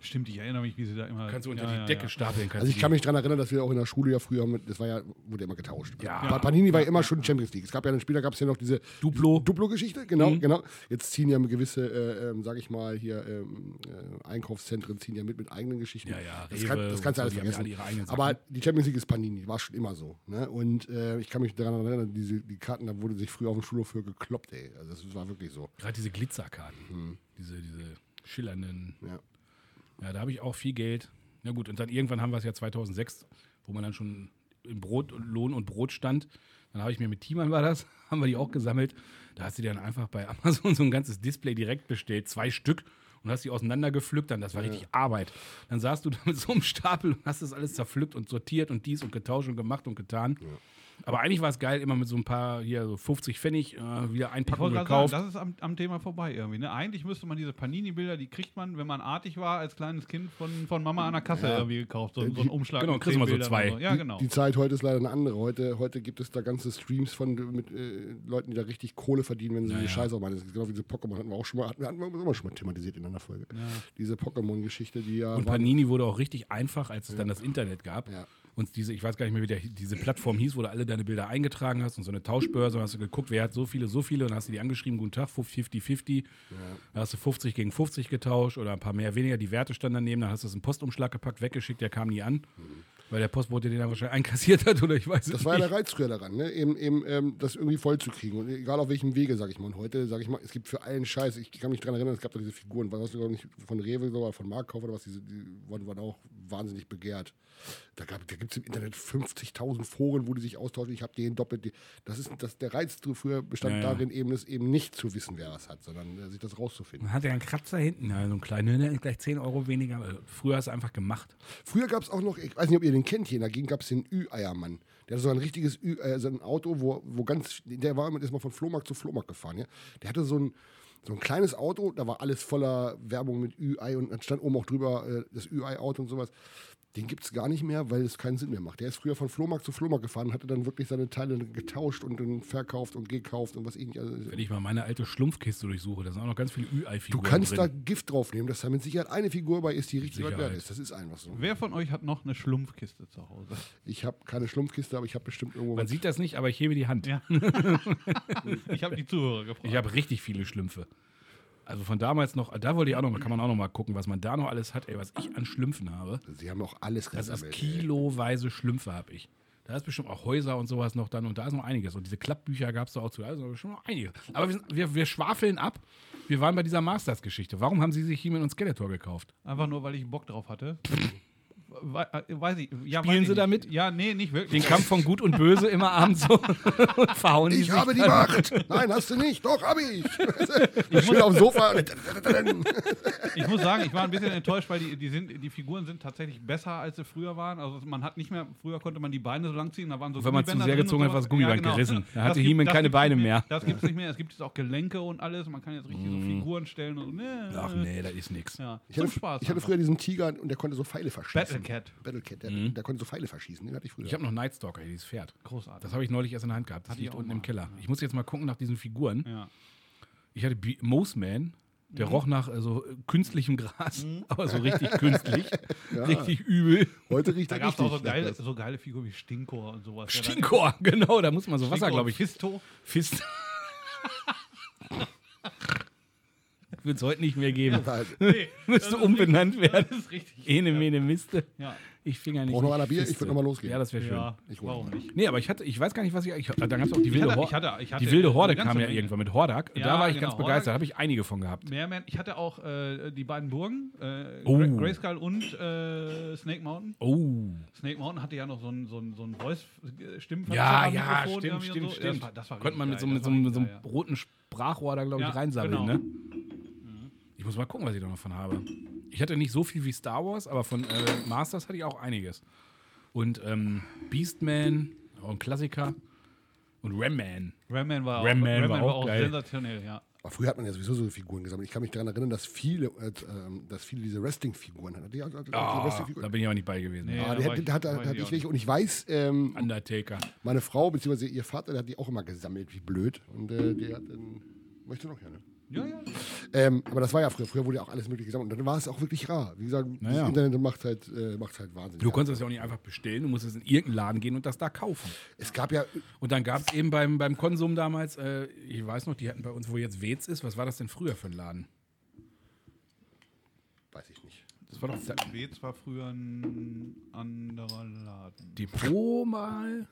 Stimmt, ich erinnere mich, wie sie da immer. kannst du unter ja, die ja, Decke ja. stapeln. Kannst Also ich du kann die- mich daran erinnern, dass wir auch in der Schule ja früher, mit, das war ja, wurde immer getauscht. Ja. Pa- Panini war ja immer schon Champions League. Es gab ja dann später gab es ja noch diese Duplo. Mhm. Duplo-Geschichte, genau, genau. Jetzt ziehen ja gewisse, äh, ähm, sag ich mal, hier ähm, äh, Einkaufszentren ziehen ja mit mit eigenen Geschichten. Ja, ja, das, Rewe kann, das und kannst so, du alles die haben ja alle vergessen. ihre eigenen Sachen. Aber die Champions League ist Panini, war schon immer so. Ne? Und äh, ich kann mich daran erinnern, diese, die Karten, da wurde sich früher auf dem Schulhof für gekloppt, ey. Also das war wirklich so. Gerade diese Glitzerkarten, Hm. diese, diese schillernden. Ja. Ja, da habe ich auch viel Geld. Na gut, und dann irgendwann haben wir es ja 2006, wo man dann schon im Brot, Lohn und Brot stand. Dann habe ich mir mit Timan war das, haben wir die auch gesammelt. Da hast du dir dann einfach bei Amazon so ein ganzes Display direkt bestellt, zwei Stück. Und hast die auseinandergepflückt, dann das war richtig Arbeit. Dann saßt du da mit so einem Stapel und hast das alles zerpflückt und sortiert und dies und getauscht und gemacht und getan. Aber eigentlich war es geil, immer mit so ein paar hier so 50 Pfennig äh, wieder Ich einpacken wollte gerade gekauft. sagen, das ist am, am Thema vorbei irgendwie. Ne? Eigentlich müsste man diese Panini-Bilder, die kriegt man, wenn man artig war, als kleines Kind von, von Mama an der Kasse irgendwie gekauft. So, so einen Umschlag. Genau, mit kriegst zehn du mal so Bildern zwei. oder Ja, Die- genau. Die Zeit heute ist leider eine andere. Heute, heute gibt es da ganze Streams von mit, äh, Leuten, die da richtig Kohle verdienen, wenn sie die Scheiße auch machen. Das ist genau wie diese Pokémon hatten wir auch schon mal, hatten wir, hatten wir auch schon mal thematisiert in einer Folge. Diese Pokémon-Geschichte, die ja. Und war- Panini wurde auch richtig einfach, als es dann das Internet gab. Ja. Und diese, ich weiß gar nicht mehr, wie der, diese Plattform hieß, wo du alle deine Bilder eingetragen hast und so eine Tauschbörse und hast du geguckt, wer hat so viele, so viele und dann hast du die angeschrieben, guten Tag, 50-50. Dann hast du 50 gegen 50 getauscht oder ein paar mehr, weniger, die Werte standen daneben, dann hast du es in den Postumschlag gepackt, weggeschickt, der kam nie an, weil der Postbote den dann wahrscheinlich einkassiert hat oder ich weiß es das war ja nicht. der Reiz früher daran, ne? eben, eben ähm, das irgendwie voll zu kriegen. Und egal auf welchem Wege, sag ich mal. Und heute, sag ich mal, es gibt für allen Scheiß, ich kann mich daran erinnern, es gab doch diese Figuren, was du nicht von Rewe oder von Marktkauf oder was, diese, die wurden, wurden auch wahnsinnig begehrt. Da, gab- da gibt es im Internet 50.000 Foren, wo die sich austauschen, ich habe den doppelt. die- Das ist das, der Reiz dr- früher bestand Ja, ja. darin, eben es eben nicht zu wissen, wer was hat, sondern äh, sich das rauszufinden. Dann hat er einen Kratzer hinten, ja, so einen kleinen, ne, gleich 10 Euro weniger. Also, Früher hast du einfach gemacht. Früher gab es auch noch, ich weiß nicht, ob ihr den kennt, hier in der Gegend gab es den Ü-Eiermann. Der hatte so ein richtiges Ü äh, so ein Auto, wo, wo ganz, der war immer, der ist mal von Flohmarkt zu Flohmarkt gefahren. Ja? Der hatte so ein, so ein kleines Auto, da war alles voller Werbung mit Ü-Ei und dann stand oben auch drüber äh, das Ü-Ei-Auto und sowas. Den gibt es gar nicht mehr, weil es keinen Sinn mehr macht. Der ist früher von Flohmarkt zu Flohmarkt gefahren, und hatte dann wirklich seine Teile getauscht und dann verkauft und gekauft und was ähnliches. Also, Wenn ich mal meine alte Schlumpfkiste durchsuche, da sind auch noch ganz viele du Ü-Ei-Figuren kannst drin. da Gift draufnehmen, dass da mit Sicherheit eine Figur bei ist, die richtig was Sicherheit. wert ist. Das ist einfach so. Wer von euch hat noch eine Schlumpfkiste zu Hause? Ich habe keine Schlumpfkiste, aber ich habe bestimmt irgendwo Man was. sieht das nicht, aber ich hebe die Hand. Ja. Ich habe die Zuhörer gefragt. Ich habe richtig viele Schlümpfe. Also von damals noch, da wollte ich auch noch mal, kann man auch noch mal gucken, was man da noch alles hat, ey, was ich an Schlümpfen habe. Sie haben auch alles Das ist ey. kiloweise Schlümpfe habe ich. Da ist bestimmt auch Häuser und sowas noch dann und da ist noch einiges. Und diese Klappbücher gab es da auch zu, da ist noch bestimmt noch einiges. Aber wir, sind, wir, wir schwafeln ab. Wir waren bei dieser Masters-Geschichte. Warum haben sie sich He-Man und Skeletor gekauft? Einfach nur, weil ich Bock drauf hatte. We äh, weiß ich. Ja, Spielen weiß ich Sie nicht. damit? Ja, nee, nicht Den wirklich. Kampf von Gut und Böse immer abends so und verhauen die Ich sich habe die dann. Macht! Nein, hast du nicht! Doch, habe ich! ich bin auf dem Sofa. ja, Ich muss sagen, ich war ein bisschen enttäuscht, weil die, die, sind, die Figuren sind tatsächlich besser, als sie früher waren. Also man hat nicht mehr, früher konnte man die Beine so lang ziehen, da waren so Wenn man zu Gummibänder sehr drin und gezogen hat, war das sowas. Gummiband gerissen. Da hatte gibt- He-Man das keine gibt's Beine nicht mehr. Mm. Das gibt es nicht mehr. Es gibt jetzt auch Gelenke und alles. Man kann jetzt richtig so Figuren stellen und ne. Ach nee, das ist nix. Ja. ich, Zum hatte, Spaß. ich hatte einfach. früher diesen Tiger und der konnte so Pfeile Battle verschießen. Cat. Mhm. Battlecat, der, der konnte so Pfeile verschießen, den hatte ich früher. Ich habe noch Nightstalker, hier, dieses Pferd. Großartig. Das habe ich neulich erst in der Hand gehabt. Das Hatte ich liegt auch unten mal, im Keller. Ich muss jetzt mal gucken nach diesen Figuren. Ja. Ich hatte Be Moseman, Mhm. der roch nach äh, so äh, künstlichem Gras, aber so richtig künstlich, richtig übel. Heute riecht Da er gab es richtig. auch so nach geile, was. so geile Figuren wie Stinkor und sowas. Ja, da- Stinkor, genau, da muss man so Wasser, Stinkor glaube und ich, Fisto. fist. Wird es heute nicht mehr geben. Nee, das Müsste ist umbenannt richtig- werden. Das ist richtig. Ene, mene, miste. Ja. Ich finger nicht. Braucht noch einer Bier? Fiste. Ich würde nochmal losgehen. Ja, das wäre schön. Ja, Ich hol warum nicht? Nee, aber ich hatte, ich weiß gar nicht, was ich. ich dann gab es auch die wilde hatte- Horde. ich hatte- ich hatte die wilde eine Horde ganze kam ja Menge. irgendwann mit Hordak. Ja, da war ich genau, ganz begeistert. Hordak. Habe ich einige von gehabt. Mehrman, ich hatte auch äh, die beiden Burgen, äh, Oh. Gra- Grayskull und äh, Snake Mountain. Oh. Snake Mountain hatte ja noch so ein, so ein, so ein äh, Voice-Stimmenverkehr. Ja, ja, stimmt, stimmt, stimmt. Das war, das war Konnte man mit so, richtig mit so, geil, mit so einem das war richtig roten Sprachrohr da, glaube ich, Ja, reinsammeln. genau. Mhm. Ne? Ich muss mal gucken, was ich da noch von habe. Ich hatte nicht so viel wie Star Wars, aber von äh, Masters hatte ich auch einiges. Und ähm, Beastman, auch ein Klassiker. Und Ram Man. geil, ja. Ram-Man war, Ram auch, Man Ram war war auch auch geil. sensationell, ja. Aber früher hat man ja sowieso so Figuren gesammelt. Ich kann mich daran erinnern, dass viele, äh, ähm, dass viele diese Wrestling-Figuren hatten. Die, die, die Ah, Wrestling-Figuren. da bin ich aber nicht bei gewesen. Nee. Ja. da Ah, die war hat- ich- da hat- da war ich hatte auch ich welche. Und ich weiß, ähm, Undertaker. meine Frau bzw. ihr Vater, der hat die auch immer gesammelt, wie blöd. Und äh, der hat dann. Möchte noch gerne. Ja, ja. Ähm, aber das war ja früher. Früher wurde ja auch alles mögliche gesammelt. Und dann war es auch wirklich rar. Wie gesagt, Naja. das Internet macht halt, äh, macht halt Wahnsinn. Du konntest das ja auch nicht einfach bestellen, du musstest in irgendeinen Laden gehen und das da kaufen. es gab ja Und dann gab es eben beim, beim Konsum damals, äh, ich weiß noch, die hatten bei uns, wo jetzt Wetz ist, was war das denn früher für ein Laden? Weiß ich nicht. Das war doch Schwed war früher ein anderer Laden. Depot mal,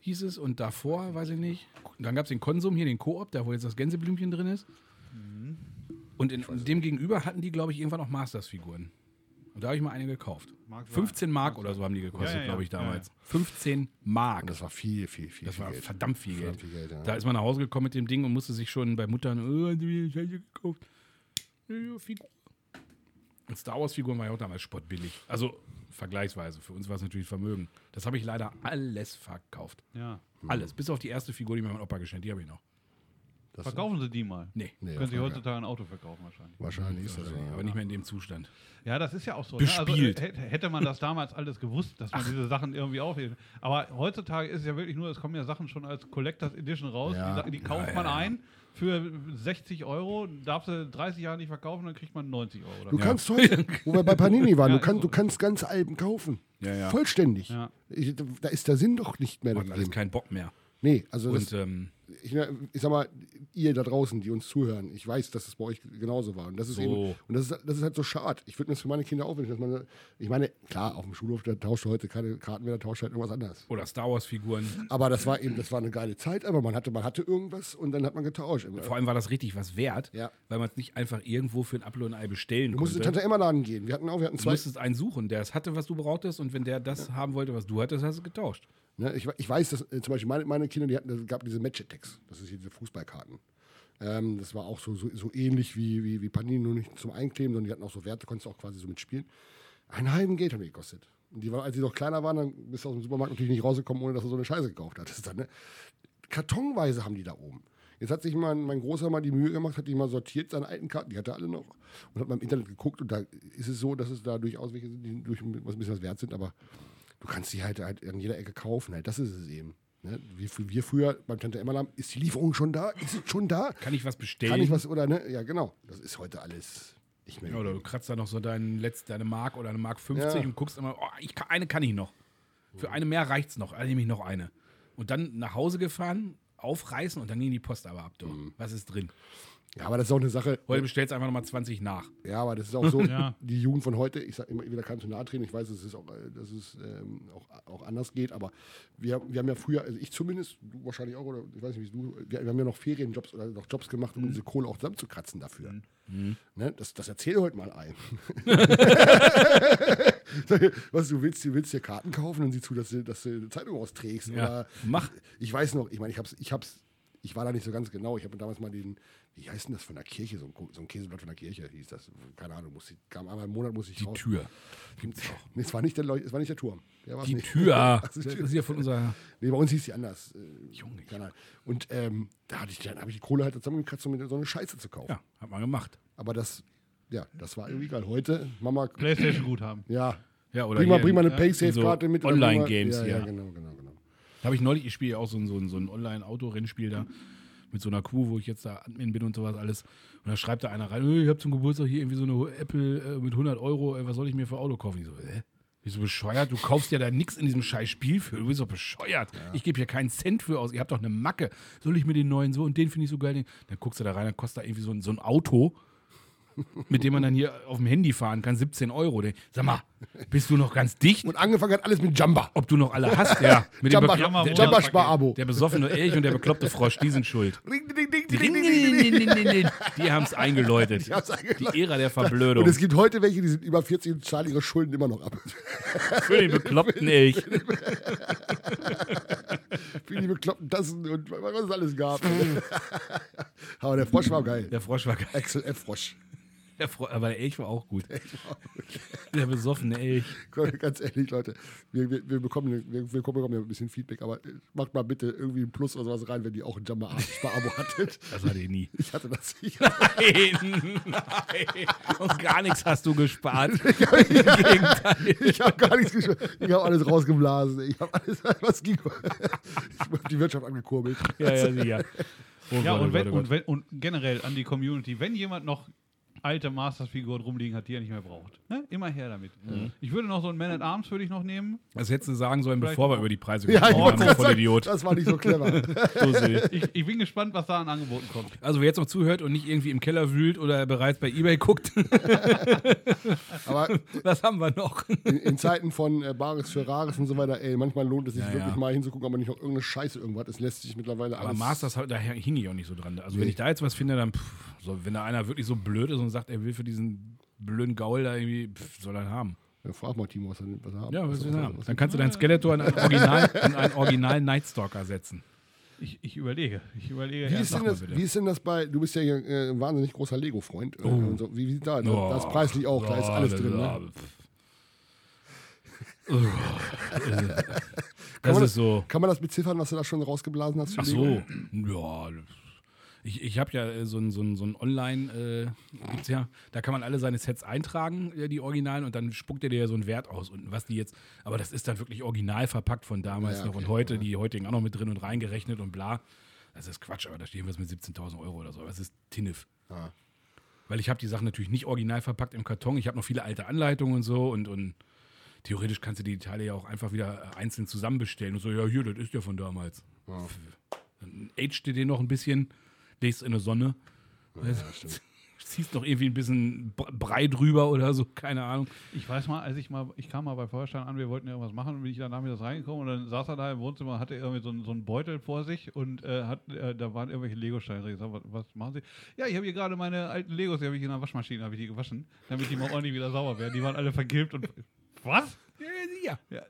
hieß es, und davor, weiß ich nicht. Und dann gab es den Konsum hier, den Koop, da wo jetzt das Gänseblümchen drin ist. Mhm. Und in dem gegenüber hatten die, glaube ich, irgendwann auch Masters-Figuren. Und da habe ich mal eine gekauft. Mag sein. 15 Mark oder so haben die gekostet, Ja, ja, ja. glaube ich, Ja, ja. damals. 15 Mark. Und das war viel, viel, viel. Das viel war Geld. verdammt viel Geld. Verdammt viel Geld, ja. Da ist man nach Hause gekommen mit dem Ding und musste sich schon bei Muttern, oh, hast du wieder Scheiße gekauft. Ja, ja, Figur. Und Star Wars-Figuren war ja auch damals spottbillig. Also vergleichsweise. Für uns war es natürlich Vermögen. Das habe ich leider alles verkauft. Ja. Hm. Alles. Bis auf die erste Figur, die mir mein Opa geschenkt. Die habe ich noch. Das- Verkaufen sie die mal. Nee. Nee, Können sie Frage. heutzutage ein Auto verkaufen wahrscheinlich. Wahrscheinlich ist das so. Aber nicht mehr in dem Zustand. Ja, das ist ja auch so. Bespielt. Ne? Also, äh, hätte- hätte man das damals alles gewusst, dass man diese Sachen irgendwie aufhebt. Aber heutzutage ist es ja wirklich nur, es kommen ja Sachen schon als Collectors Edition raus. Ja. Die, Sa- die kauft Ja, man ja, ja. ein für 60 Euro, darf sie 30 Jahre nicht verkaufen, dann kriegt man 90 Euro. Du Dafür. kannst heute, wo wir bei Panini waren, Ja, du, kannst, ist so. du kannst ganze Alben kaufen. Ja, ja. Vollständig. Ja. Ich, da ist der Sinn doch nicht mehr Macht alles drin. keinen Bock mehr. Nee, also das, Und ähm, ich, ich sag mal, ihr da draußen, die uns zuhören, ich weiß, dass es bei euch genauso war. Und das ist So. eben, und das ist, das ist halt so schade. Ich würde mir das für meine Kinder auch wünschen. Dass man, ich meine, klar, auf dem Schulhof, da tauscht du heute keine Karten mehr, da tauscht du halt irgendwas anderes. oder Star Wars-Figuren. Aber das war eben, das war eine geile Zeit, aber man hatte, man hatte irgendwas und dann hat man getauscht. Vor allem war das richtig was wert, Ja. weil man es nicht einfach irgendwo für ein Apfel und ein Ei bestellen Du musst in konnte. den Tante Emma Laden gehen. Wir hatten auch, wir hatten Du zwei. musstest einen suchen, der es hatte, was du brauchtest, und wenn der das haben wollte, was du hattest, hast du es getauscht. Ne, ich, we- ich weiß, dass äh, zum Beispiel meine, meine Kinder, die hatten, es gab diese Match-Attacks, das ist hier diese Fußballkarten. Ähm, das war auch so, so, so ähnlich wie, wie, wie Panini, nur nicht zum Einkleben, sondern die hatten auch so Werte, konntest du auch quasi so mitspielen. Einen halben Geld haben die gekostet. Und die waren, als sie noch kleiner waren, dann bist du aus dem Supermarkt natürlich nicht rausgekommen, ohne dass du so eine Scheiße gekauft hattest. Dann, ne? Kartonweise haben die da oben. Jetzt hat sich mein, mein Großer mal die Mühe gemacht, hat die mal sortiert, seine alten Karten, die hat er alle noch, und hat mal im Internet geguckt. Und da ist es so, dass es da durchaus welche sind, die durch was ein bisschen was wert sind, aber du kannst die halt, halt an jeder Ecke kaufen. Halt. Das ist es eben. Ne? Wir, wir früher beim Tante Emma haben, ist die Lieferung schon da? Ist es schon da? Kann ich was bestellen? Kann ich was oder ne? Ja, genau. Das ist heute alles nicht mehr. Ja, Oder du kratzt da noch so deinen Letz, deine Mark oder eine Mark 50 Ja. und guckst immer, oh, ich kann, eine kann ich noch. Für eine mehr reicht's noch, also nehme ich noch eine. Und dann nach Hause gefahren, aufreißen und dann ging die Post aber ab. Doch. Mhm. Was ist drin? Ja, aber das ist auch eine Sache. Heute bestellst du einfach nochmal 20 nach. Ja, aber das ist auch so, Ja. die Jugend von heute, ich sage immer wieder kannst du nahe treten, ich weiß, dass es, auch, äh, dass es ähm, auch, auch anders geht, aber wir, wir haben ja früher, also ich zumindest, du wahrscheinlich auch, oder ich weiß nicht, wie du, wir, wir haben ja noch Ferienjobs oder noch Jobs gemacht, um diese Kohle auch zusammenzukratzen dafür. Ne? Das, das erzähl heute mal ein. Was du willst, du willst dir Karten kaufen und sieh zu, dass du, dass du eine Zeitung austrägst. Ja. Oder Mach. ich weiß noch, ich meine, ich hab's, ich hab's, ich war da nicht so ganz genau. Ich habe damals mal den, wie heißt denn das von der Kirche, so ein, Ko- so ein Käseblatt von der Kirche hieß das. Keine Ahnung, muss ich, kam einmal im Monat muss ich Die raus. Tür. Gibt's auch. Nee, es war nicht der Leuch, es war nicht der Turm. Der war's Die nicht. Tür. Ah, Das Das ist ist ja von unserer. Nee, bei uns hieß die anders. Äh, Junge, keine Ahnung. Und ähm, da hatte ich, dann habe ich die Kohle halt zusammengekratzt, um mir so eine Scheiße zu kaufen. Ja, hat man gemacht. Aber das, ja, das war irgendwie geil. Heute, Mama, Playstation gut haben. ja, Ja, oder bring mal, hier bring mal eine in- Paysafe-Karte so mit. oder bring mal- Online-Games ja, hier. Ja, genau, genau, genau. Da habe ich neulich, ich spiele ja auch so ein, so ein, so ein Online-Autorennspiel da mit so einer Kuh, wo ich jetzt da Admin bin und sowas alles. Und da schreibt da einer rein, "Äh, ich habe zum Geburtstag hier irgendwie so eine Apple äh, mit 100 Euro, äh, was soll ich mir für ein Auto kaufen? Ich so, hä? Bist du bescheuert? Du kaufst ja da nichts in diesem scheiß Spiel für. Du bist doch bescheuert. Ich gebe hier keinen Cent für aus. Ihr habt doch eine Macke. Soll ich mir den neuen so und den finde ich so geil? Den? Dann guckst du da rein, dann kostet da irgendwie so ein, so ein Auto, mit dem man dann hier auf dem Handy fahren kann, 17 Euro. Den- Sag mal, bist du noch ganz dicht? Und angefangen hat alles mit Jamba. Ob du noch alle hast, ja. Mit dem Jamba, Bekl- der- Jamba- Jamba- der- Jamba-Spar-Abo. Der besoffene Elch und der bekloppte Frosch, die sind schuld. Ring, ding, ding, ding, ding, ding, ding, ding. Die haben es eingeläutet. Die haben's eingeläutet. Die Ära der Verblödung. Und es gibt heute welche, die sind über 40 und zahlen ihre Schulden immer noch ab. Für den bekloppten Elch. Für die bekloppten Tassen und was es alles gab. Aber der Frosch war geil. Der Frosch war geil. Axel F. Frosch. Der Fre aber der Elch war auch gut. Der besoffene Elch. Ganz ehrlich, Leute, wir, wir, wir, bekommen, wir, wir bekommen ja ein bisschen Feedback, aber macht mal bitte irgendwie ein Plus oder sowas rein, wenn ihr auch ein Jamba Abo hattet. Das hatte ich nie. Ich hatte das nicht. Nein, nein. Und gar nichts hast du gespart. Ich habe gar nichts geschrieben. Ich habe alles rausgeblasen. Ich habe alles, was ging. Ich habe die Wirtschaft angekurbelt. Ja, ja, sicher. Oh Ja, Gott, oh und, Gott, wenn, oh Gott. und, wenn, und generell an die Community, wenn jemand noch alte Masters-Figuren rumliegen hat, die er nicht mehr braucht, ne? immer her damit. Mhm. Ich würde noch so einen Man at Arms würde ich noch nehmen. Das hättest du sagen sollen, Vielleicht- bevor wir über die Preise Ja, ich gesprochen haben, Oh, du wollte gerade sagen, Vollidiot. das war nicht so clever. Dussel. Ich, ich bin gespannt, was da an Angeboten kommt. Also, wer jetzt noch zuhört und nicht irgendwie im Keller wühlt oder bereits bei Ebay guckt, Aber was haben wir noch? in, in Zeiten von äh, Bares für Rares und so weiter, ey, manchmal lohnt es sich Ja, wirklich ja. mal hinzugucken, aber nicht noch irgendeine Scheiße irgendwas. Es lässt sich mittlerweile Aber alles. Masters, da hing ich auch nicht so dran. Also, wenn Nee. ich da jetzt was finde, dann, pff, so, wenn da einer wirklich so blöd ist und sagt, er will für diesen blöden Gaul da irgendwie, pff, soll er haben. Ja, frag mal Timo, was er, was er Ja, was was willst er- du haben? was er- Dann kannst du dein Skeletor in einen Original, in einen Original Nightstalker setzen. Ich, ich überlege. Ich überlege. Wie erst ist, nach- denn das, bitte. Oh. wie ist denn das bei, du bist ja hier, äh, ein wahnsinnig großer Lego-Freund. Äh, und so. Wie sieht da? Da- da ist preislich auch, da ist alles drin. Ne? ne? Kann Oh. Das man ist so. Kann man das beziffern, was du da schon rausgeblasen hast? für Ach Lego? so. Ja. Ich, ich habe ja äh, so ein, so ein, so ein Online, äh, gibt's ja, da kann man alle seine Sets eintragen, äh, die Originalen, und dann spuckt er dir ja so einen Wert aus unten, was die jetzt, aber das ist dann wirklich original verpackt von damals Ja, noch und okay, heute, die heutigen auch noch mit drin und reingerechnet und bla. Das ist Quatsch, aber da stehen wir jetzt mit 17.000 Euro oder so. Das ist Tinnif. Ah. Weil ich habe die Sachen natürlich nicht original verpackt im Karton. Ich habe noch viele alte Anleitungen und so und, und theoretisch kannst du die Teile ja auch einfach wieder äh, einzeln zusammenbestellen und so, ja, hier, das ist ja von damals. Pff, Dann aged dir den noch ein bisschen, legst in eine Sonne, ziehst noch irgendwie ein bisschen Bre- Brei drüber oder so, keine Ahnung. Ich weiß mal, als ich mal, ich kam mal bei Feuerstein an, wir wollten irgendwas machen und bin ich dann nachmittags reingekommen und dann saß er da im Wohnzimmer, hatte irgendwie so einen, so einen Beutel vor sich und äh, hat, äh, da waren irgendwelche Lego-Steine drin. Ich sag, was, was machen Sie? Ja, ich habe hier gerade meine alten Legos, die habe ich in der Waschmaschine, habe ich die gewaschen, damit die mal ordentlich wieder sauber werden. Die waren alle vergilbt und was? Ja, ja. Ja.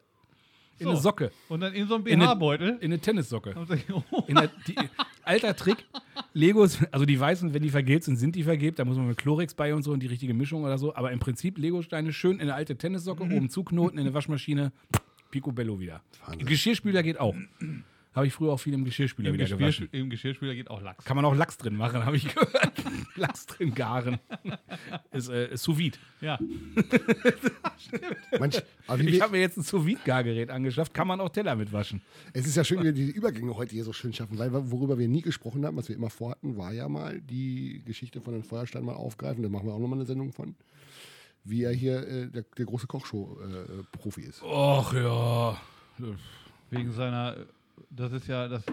In So. eine Socke, Und dann in so einem In ne- BH-Beutel. in eine Tennissocke. Haben sie- Oh, In der, die, alter Trick, Legos, also die weißen, wenn die vergilbt sind, sind die vergilbt, da muss man mit Chlorex bei und so und die richtige Mischung oder so, aber im Prinzip Legosteine schön in eine alte Tennissocke, Mhm. oben zuknoten, in eine Waschmaschine, picobello wieder. Wahnsinn. Geschirrspüler geht auch. Habe ich früher auch viel im Geschirrspüler Im, wieder gewaschen. Geschirrspü Im Geschirrspüler geht auch Lachs. Kann man auch Lachs drin machen, habe ich gehört. Lachs drin garen. ist äh, ist Sous vide. Ja. Manch, aber wie, Ich habe mir jetzt ein Sous vide Gargerät angeschafft, kann man auch Teller mitwaschen. es ist ja schön, wie wir die Übergänge heute hier so schön schaffen, weil wir- worüber wir nie gesprochen haben, was wir immer vorhatten, war ja mal die Geschichte von den Feuerstein mal aufgreifen. Da machen wir auch nochmal eine Sendung von, wie er hier äh, der, der große Kochshow-Profi ist. Och ja. Äh, Wegen seiner, äh, das ist ja, das, äh,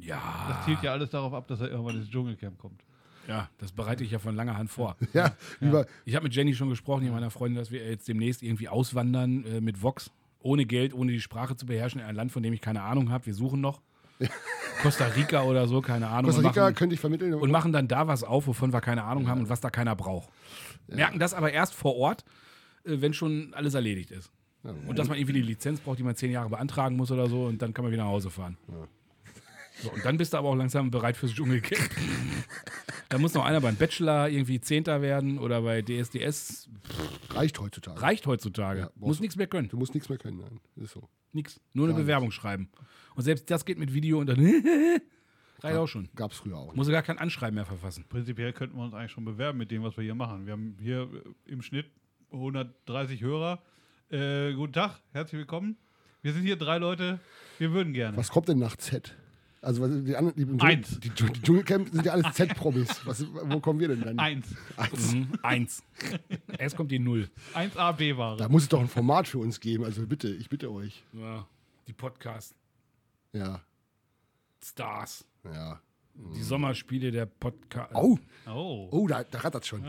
Ja. das zielt ja alles darauf ab, dass er irgendwann ins Dschungelcamp kommt. Ja, das bereite ich ja von langer Hand vor. Ja, über, Ich habe mit Jenny schon gesprochen, hier meiner Freundin, dass wir jetzt demnächst irgendwie auswandern äh, mit Vox. Ohne Geld, ohne die Sprache zu beherrschen, in ein Land, von dem ich keine Ahnung habe. Wir suchen noch. Costa Rica oder so, keine Ahnung. Costa und Rica machen, könnte ich vermitteln. und machen dann da was auf, wovon wir keine Ahnung haben und was da keiner braucht. Merken das aber erst vor Ort, äh, wenn schon alles erledigt ist. und dass man irgendwie die Lizenz braucht, die man zehn Jahre beantragen muss oder so, und dann kann man wieder nach Hause fahren. So, und dann bist du aber auch langsam bereit fürs Dschungelcamp. da muss noch einer beim Bachelor irgendwie Zehnter werden oder bei DSDS reicht heutzutage. reicht heutzutage. Ja, brauchst Muss du- nichts mehr können. Du musst nichts mehr können, nein. Ist so. Nix. Nur eine Gar Bewerbung schreiben. Und selbst das geht mit Video und dann reicht auch schon. Gab es früher auch. Muss er gar kein Anschreiben mehr verfassen. Prinzipiell könnten wir uns eigentlich schon bewerben mit dem, was wir hier machen. Wir haben hier äh, im Schnitt 130 Hörer. Äh, guten Tag, herzlich willkommen. Wir sind hier drei Leute. Wir würden gerne. Was kommt denn nach Z? Also was- die, anderen, die, Eins. die, die Dschungelcamp sind ja alles Z-Promis. Was- Wo kommen wir denn dann? Eins. Mhm. Eins. Erst kommt die Null. Eins A, B-Ware. Da muss es doch ein Format für uns geben. Also bitte, ich bitte euch. Ja. Die Podcast-Stars. Ja, ja. Die Sommerspiele der Podcast. Oh, Oh. oh, da, da rattert schon.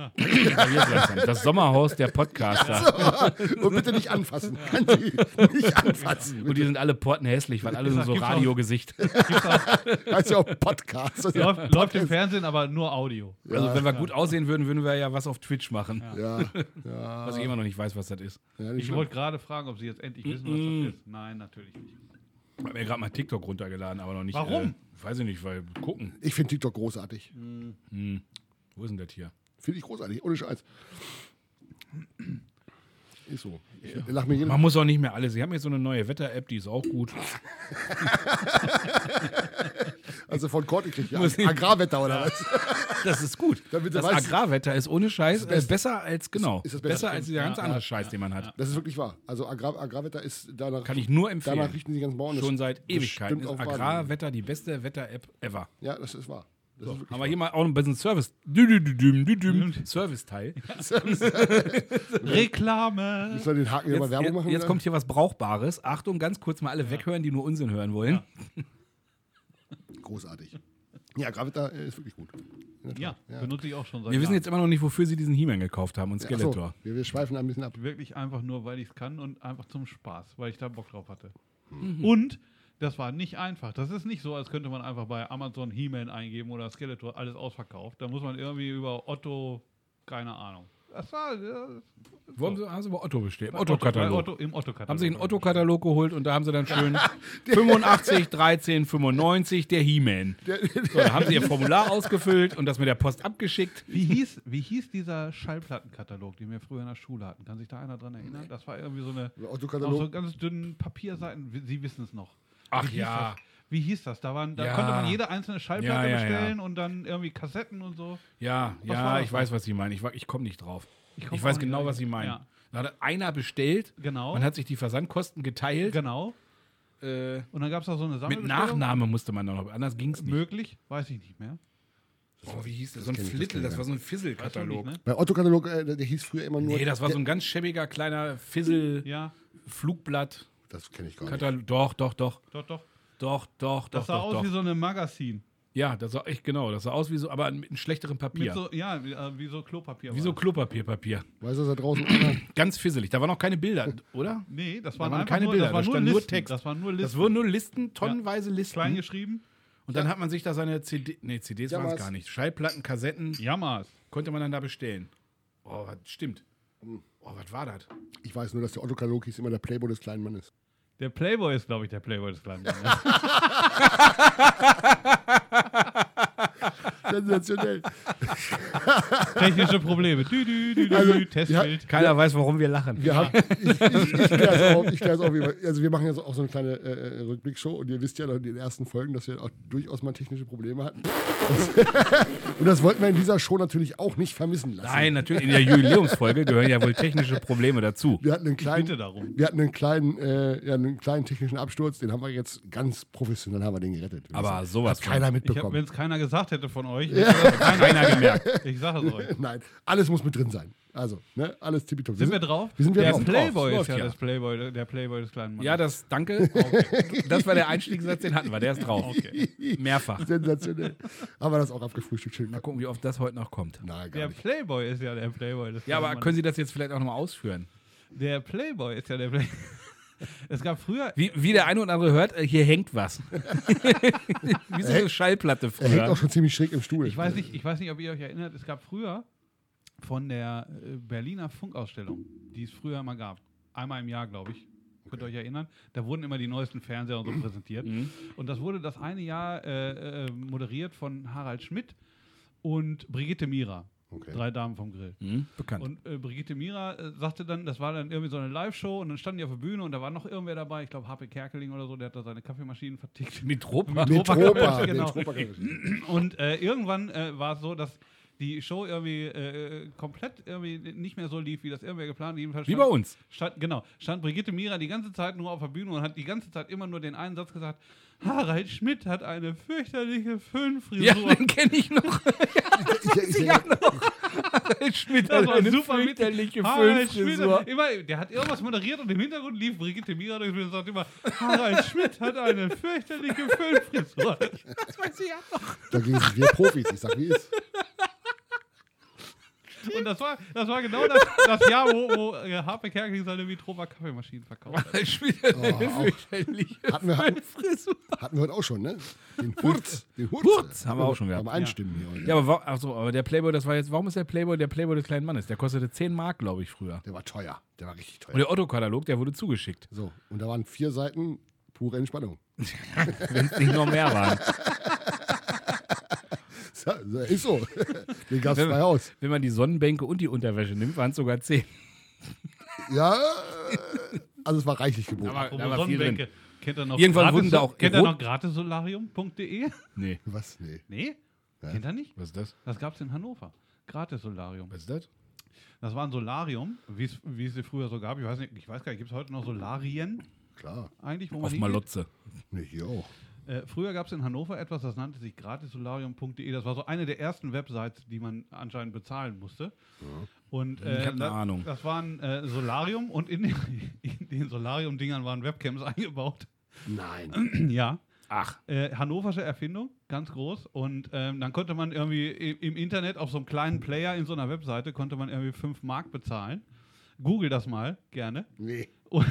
Das Sommerhaus der Podcaster. Und Oh, bitte nicht anfassen. Kann sie nicht anfassen. Und die sind alle portenhässlich, weil alle sind so Gibt's auch- Radiogesicht. Heißt ja auch Podcast. Das ist ja- Läuft, läuft im Fernsehen, aber nur Audio. Also wenn wir gut aussehen würden, würden wir ja was auf Twitch machen. Ja, ja. Was ich immer noch nicht weiß, was das ist. ja Ich nicht wollte gerade fragen, ob Sie jetzt endlich wissen, was das ist. Nein, natürlich nicht. Ich habe mir gerade mal TikTok runtergeladen, aber noch nicht. Warum? Äh, weiß ich nicht, weil gucken. ich finde TikTok großartig. Wo ist denn das hier? Finde ich großartig, ohne Scheiß. Ist so. Ich lach mir jeden Man muss auch nicht mehr alles. Sie haben jetzt so eine neue Wetter-App, die ist auch gut. Also von Kort gekriegt, ja. Muss ich- Agrarwetter oder was? Das ist gut. Damit du das weißt- Agrarwetter ist ohne Scheiß äh, Beste. besser als, genau, ist das Beste. besser als dieser ganz andere Scheiß, den man hat. Das ist wirklich wahr. Also Agrar, Agrarwetter ist danach. Kann ich nur empfehlen. Danach richten die ganzen Bauern Schon das seit Ewigkeiten ist bestimmt auf Wagen. Agrarwetter die beste Wetter-App ever. Ja, das ist wahr. Das ist Haben wir hier mal auch ein bisschen Service. Dü- dü- dü- düm, dü- düm. Service-Teil. Reklame. Müssen wir den Haken wieder mal Jetzt, Werbung jetzt, machen? jetzt oder? kommt hier was Brauchbares. Achtung, ganz kurz mal alle weghören, die nur Unsinn hören wollen. Großartig. Ja, Agrarwetter äh, ist wirklich gut. Ja, benutze ich auch schon seit Wir wissen Jahren. jetzt immer noch nicht, wofür sie diesen He-Man gekauft haben und Ja, achso, Skeletor. wir, wir schweifen ein bisschen ab. Wirklich einfach nur, weil ich es kann und einfach zum Spaß, weil ich da Bock drauf hatte. Mhm. Und das war nicht einfach. Das ist nicht so, als könnte man einfach bei Amazon He-Man eingeben oder Skeletor, alles ausverkauft. Da muss man irgendwie über Otto, keine Ahnung. Das war das Warum so- haben sie bei Otto bestellt? Im bei Otto-Katalog. Otto, Im Otto-Katalog. Haben sie einen Otto-Katalog geholt und da haben sie dann schön 85, 13, 95, der He-Man. So, da haben sie ihr Formular ausgefüllt und das mit der Post abgeschickt. Wie hieß, wie hieß dieser Schallplattenkatalog, den wir früher in der Schule hatten? Kann sich da einer dran erinnern? Das war irgendwie so eine Der auf Autokatalog. so ganz dünnen Papierseiten. Wie- Sie wissen es noch. Ach hieß ja. Das? Wie hieß das? Da, waren, da Ja. konnte man jede einzelne Ja, Schallplatte ja, ja. bestellen und dann irgendwie Kassetten und so. Ja, Was war ja, das ich weiß, was Sie meinen. Ich, wa- ich komme nicht drauf. Ich, komm auch weiß nicht genau, drauf. was Sie meinen. Ja. Da hat einer bestellt, Genau. man hat sich die Versandkosten geteilt. Genau. Äh, Und dann gab es da so eine mit Sammelbestellung. Nachname musste man dann noch, anders ging es nicht. Möglich? Weiß ich nicht mehr. Oh, wie hieß das? So ein kenn ich, das Flittel, kenn ich das ja. war so ein Weißt du Fizzle-Katalog. nicht, ne? Bei Autokatalog, äh, der der hieß früher immer nur. Nee, das war so ein ganz schäbiger kleiner Fizzle-Flugblatt. Ja, Das kenne ich gar nicht. Katalog. Doch, doch, doch. doch, doch. Doch, doch, doch. Das sah doch, aus doch. wie so eine Magazin. Ja, das sah echt genau. Das sah aus wie so, aber mit einem schlechterem Mit Papier. so, ja, wie, äh, wie so Klopapier. wie war so das. Klopapierpapier. Weißt du, was da draußen einer. Ganz fisselig. Da waren auch keine Bilder, oder? Nee, das waren waren, einfach keine nur, Bilder, das war da nur stand Listen. nur Text. Das waren nur Listen. Das wurden nur Listen, tonnenweise Listen. klein geschrieben. Und dann hat man sich da seine CD, nee, CDs Ja, waren es was- gar nicht. Schallplatten, Kassetten Jammers. konnte man dann da bestellen. Oh, was, stimmt. Oh, was war das? Ich weiß nur, dass der Autokatalog hieß immer der Playboy des kleinen Mannes. Der Playboy ist, glaube ich, der Playboy des kleinen Mannes. Sensationell. Technische Probleme. Dü, dü, dü, dü, Also, dü, ja, Testbild. Keiner weiß, warum wir lachen. Wir haben, ich ich, ich klär's auf, ich klär's auf. wie wir- Also wir machen jetzt auch so eine kleine äh, äh, Rückblickshow und ihr wisst ja noch in den ersten Folgen, dass wir auch durchaus mal technische Probleme hatten. und das wollten wir in dieser Show natürlich auch nicht vermissen lassen. Nein, natürlich. In der Jubiläumsfolge gehören ja wohl technische Probleme dazu. Wir hatten einen Bitte kleinen, darum. wir hatten einen kleinen, äh, ja, einen kleinen technischen Absturz, den haben wir jetzt ganz professionell haben wir den gerettet. Aber sowas hat keiner Wenn mitbekommen. es keiner gesagt hätte von euch, hätte von. keiner gemerkt. das- ich sage es euch. Nein, alles muss mit drin sein. Also, ne, alles tippitopp. Sind wir drauf? Wir sind wieder der drauf. Playboy Läuft ist ja, ja. Das Playboy, der Playboy des kleinen Mannes. Ja, das, danke. Das war der Einstiegssatz, den hatten wir. Der ist drauf. Mehrfach. Sensationell. haben wir das auch abgefrühstückt. Schön. Mal gucken, wie oft das heute noch kommt. Nein, der gar nicht. Playboy ist ja der Playboy des Ja, kleinen aber Mannes. können Sie das jetzt vielleicht auch nochmal ausführen? Der Playboy ist ja der Playboy. es gab früher. Wie, wie der eine oder andere hört, äh, hier hängt was. wie so eine Schallplatte Er hängt früher. auch schon ziemlich schräg im Stuhl. Ich weiß, nicht, ich weiß nicht, ob ihr euch erinnert, es gab früher von der äh, Berliner Funkausstellung, die es früher immer gab. Einmal im Jahr, glaube ich. Könnt ihr euch erinnern? Da wurden immer die neuesten Fernseher und so präsentiert. Mhm. Und das wurde das eine Jahr äh, äh, moderiert von Harald Schmidt und Brigitte Mira. Okay. Drei Damen vom Grill. Hm, bekannt. Und äh, Brigitte Mira äh, sagte dann, das war dann irgendwie so eine Live-Show und dann standen die auf der Bühne und da war noch irgendwer dabei, ich glaube Happe Kerkeling oder so, der hat da seine Kaffeemaschinen vertickt. Mitropa. Metropa, Genau. Metropa- Und äh, irgendwann äh, war es so, dass die Show irgendwie äh, komplett irgendwie nicht mehr so lief, wie das irgendwer geplant hat. Jedenfalls Wie bei stand- uns. Stand, genau, stand Brigitte Mira die ganze Zeit nur auf der Bühne und hat die ganze Zeit immer nur den einen Satz gesagt: Harald Schmidt hat eine fürchterliche Ja, Föhnfrisur. den kenne ich noch. Ich, ich, ich, Schmidt Das hat war eine super mit- fürchterliche Harald Schmidt, Föhnfrisur. hat immer, der hat irgendwas moderiert und im Hintergrund lief Brigitte Mira durch und sagt immer, Harald Schmidt hat eine fürchterliche Föhnfrisur. da ging es wir Profis. Ich sag, wie ist. Und das war, das war genau das, das Jahr, wo, wo äh, Harpe Kerkeling seine Vitrova Kaffeemaschinen verkauft hat. Harald Schmidt hat eine auch. fürchterliche Hatten wir- Föhnfrisur. Hatten wir heute auch schon, ne? Den Hurz. Den Hurz. Hurz haben wir auch schon gehabt. Beim Einstimmen hier heute. Ja, aber, wa- ach so, aber der Playboy, das war jetzt, warum ist der Playboy der Playboy des kleinen Mannes? Der kostete 10 Mark, glaube ich, früher. Der war teuer. Der war richtig Und teuer. der Otto-Katalog, der wurde zugeschickt. So, und da waren vier Seiten pure Entspannung. Nicht noch mehr waren. Ja, ist so. Den gab es frei aus. Wenn man die Sonnenbänke und die Unterwäsche nimmt, waren es sogar zehn. Ja, äh, also es war reichlich geboten. Aber- Apropos da war viel Sonnenbänke. Kennt ihr noch Irgendwann gratis, wurden da auch Kennt ihr Erot- noch gratisolarium.de? Nee. Was? Nee. Nee? Ja. Kennt ihr nicht? Was ist das? Das gab es in Hannover. Gratis-Solarium. Was ist das? Das war ein Solarium, wie es wie es sie früher so gab. Ich weiß, nicht, ich weiß gar nicht, gibt es heute noch Solarien Klar. eigentlich? Wo man Auf hingeht? Malotze. Nee, hier auch. Äh, früher gab es in Hannover etwas, das nannte sich gratisolarium.de. Das war so eine der ersten Websites, die man anscheinend bezahlen musste. Und, äh, Ich hab ne das, Ahnung. Das war ein äh, Solarium und in den, in den Solarium-Dingern waren Webcams eingebaut. Nein. ja. Ach, Äh, hannoversche Erfindung, ganz groß. Und ähm, dann konnte man irgendwie i- im Internet auf so einem kleinen Player in so einer Webseite konnte man irgendwie 5 Mark bezahlen. Google das mal gerne. Nee. Und, und,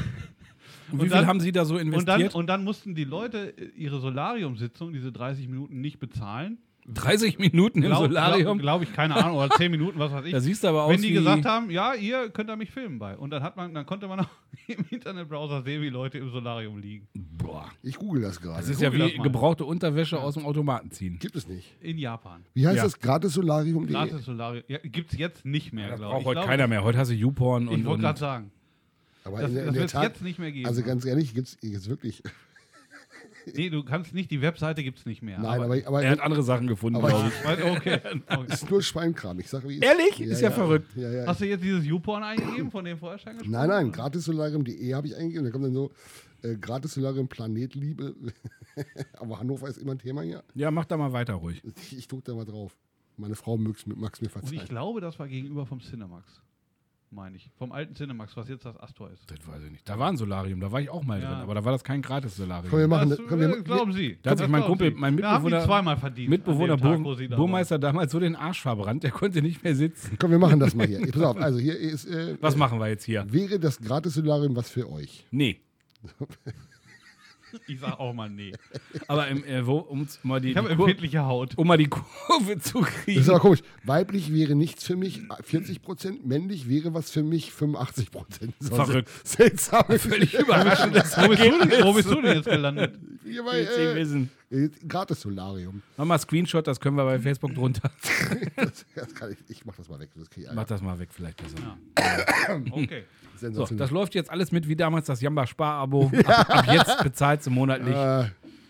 Und wie dann- viel haben Sie da so und, dann, investiert? und dann mussten die Leute äh, ihre Solarium-Sitzung, diese 30 Minuten, nicht bezahlen. 30 Minuten im Glaub- Solarium. Glaube glaub ich, keine Ahnung, oder 10 Minuten, was weiß ich. da siehst du aber aus Wenn die wie, gesagt haben, ja, ihr könnt da mich filmen bei. Und dann, hat man, dann konnte man auch im Internetbrowser sehen, wie Leute im Solarium liegen. boah, Ich google das gerade. das ist Google ja das wie mal. gebrauchte Unterwäsche aus dem Automaten ziehen. Gibt es nicht. In Japan. Wie heißt Ja. das? E? Gratis-Solarium.de? Gratis Solarium. Ja, Gibt es jetzt nicht mehr, Das glaube braucht ich. heute glaub, keiner mehr. Heute hast du YouPorn Ich und, wollte und gerade sagen, Aber das, in, der- das in der wird es Tat, jetzt nicht mehr geben. also ganz ehrlich, gibt es jetzt wirklich. nee, du kannst nicht, die Webseite gibt es nicht mehr. Nein, aber, aber, er hat andere Sachen gefunden, Aber- glaube ich. aber okay. okay. ist nur Schweinkram. Ich sage, wie ist Ehrlich? Ist ja verrückt. Ja, ja. Hast du jetzt dieses YouPorn eingegeben, von dem vorher schon gesprochen Nein, nein, wurde? gratissolarium.de habe ich eingegeben. Da kommt dann so äh, gratissolarium Planetliebe. Aber Hannover ist immer ein Thema hier. Ja, mach da mal weiter ruhig. Ich, ich druck da mal drauf. Meine Frau mög's- mag's Und mir ich verzeihen. glaube, das war gegenüber vom Cinemax. Meine ich. Vom alten Cinemax, was jetzt das Astor ist. Das weiß ich nicht. Da war ein Solarium, da war ich auch mal Ja. drin, aber da war das kein gratis Komm, wir Solarium. machen, Das, komm, wir, äh, glauben Sie. Da hat sich Das mein glauben Kumpel, Sie. mein Da haben die Mitbewohner- zweimal verdient. an Mitbewohner dem Tag, Bur wo Sie da Burmeister damals so den Arsch verbrannt, der konnte nicht mehr sitzen. komm, wir machen das mal hier. Pass auf, also hier ist. Äh, Was machen wir jetzt hier? Wäre das Gratis-Solarium was für euch? Nee. waren. Ich sag auch mal nee. Aber im, äh, wo, um mal die, Ich habe die Kur empfindliche Haut. um mal die Kurve zu Das ist kriegen. aber komisch. Weiblich wäre nichts für mich, 40 Prozent. Männlich wäre was für mich, 85 Prozent. Verrückt. Seltsam. Völlig überraschend. Das Wo bist, du denn, wo bist du denn jetzt gelandet? Hier bei, willst du äh, wissen. äh, Gratis-Solarium. Mach mal Screenshot, das können wir bei Facebook drunter. Das, das kann ich, ich mach das mal weg. Das krieg ich Mach Ärger. das mal weg, vielleicht besser. Okay. So, Sensationell. das läuft jetzt alles mit wie damals das Jamba Spar-Abo. Ab, ab jetzt bezahlst du monatlich. Äh,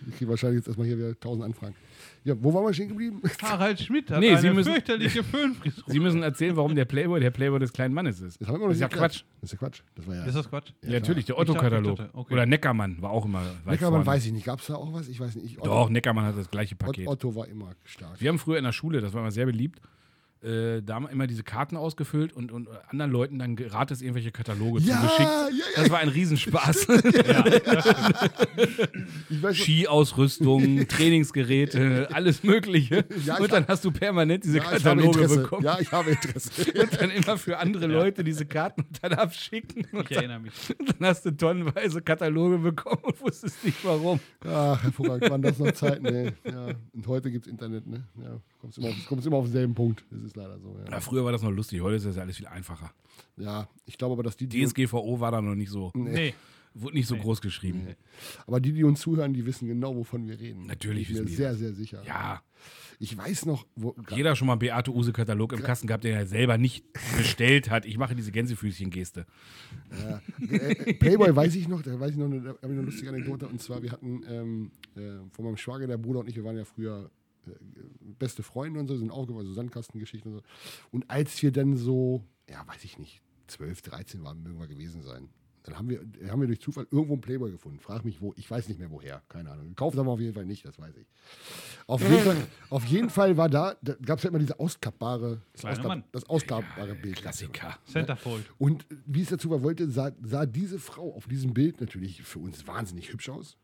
ich kriege wahrscheinlich jetzt erstmal hier wieder 1000 Anfragen. Ja, wo waren wir stehen geblieben? Harald Schmidt hat Nee, eine Sie müssen- fürchterliche Föhnfrisur. Sie müssen erzählen, warum der Playboy der Playboy des kleinen Mannes ist. Das haben wir noch Das ist ja nicht geklärt. Quatsch. Das ist ja Quatsch. Das war ja. Ist das Quatsch? Ja, natürlich, der Otto-Katalog. Ich dachte, okay. Oder Neckermann war auch immer weit Neckermann vorne. weiß ich nicht. Gab es da auch was? Ich weiß nicht. Ich, Otto, Doch, Neckermann hat das gleiche Ot- Paket. Otto war immer stark. Wir haben früher in der Schule, das war immer sehr beliebt, äh, da haben wir immer diese Karten ausgefüllt und, und anderen Leuten dann gratis irgendwelche Kataloge Ja, zugeschickt. ja, ja. Das war ein Riesenspaß. Ich weiß, noch- Skiausrüstung, Trainingsgeräte, alles Mögliche. Ja, ich und dann hast du permanent diese ja, ich habe Kataloge Interesse. bekommen. Ja, ich habe Interesse. Und dann immer für andere Leute diese Karten und dann abschicken. Und Ich erinnere mich. dann hast du tonnenweise Kataloge bekommen und wusstest nicht warum. Ach, hervorragend. Waren das noch Zeiten, ey. Ja. Und heute gibt es Internet, ne? Ja, kommst immer, auf, kommst immer auf denselben Punkt. Das ist leider so, ja. Na, früher war das noch lustig, heute ist das ja alles viel einfacher. Ja, ich glaube aber, dass die, die, DSGVO war da noch nicht so, Nee. wurde nicht so groß geschrieben. aber die, die uns zuhören, die wissen genau, wovon wir reden. Natürlich Bin ich wissen mir die sehr, sehr sicher. Ja, Ich weiß noch, wo, jeder schon mal einen Beate-Use-Katalog im Kasten gehabt, den er selber nicht bestellt hat. Ich mache diese Gänsefüßchen-Geste. äh, Playboy weiß ich noch, da weiß ich noch, eine- da habe ich noch eine lustige Anekdote. Und zwar, wir hatten ähm, äh, von meinem Schwager, der Bruder und ich, wir waren ja früher äh, beste Freunde und so, sind aufgewachsen, so Sandkastengeschichten und so. Und als wir dann so, ja, weiß ich nicht, 12, 13 waren, mögen wir gewesen sein. Dann haben wir, dann haben wir durch Zufall irgendwo einen Playboy gefunden. Frag mich wo, ich weiß nicht mehr woher, keine Ahnung. Gekauft haben wir auf jeden Fall nicht, das weiß ich. Auf jeden Fall, auf jeden Fall war da, da gab es halt immer diese auskappbare, das, Kleiner Mann. das auskappbare Bild. Klassiker. Centerfold. Und wie es dazu war wollte, sah, sah diese Frau auf diesem Bild natürlich für uns wahnsinnig hübsch aus.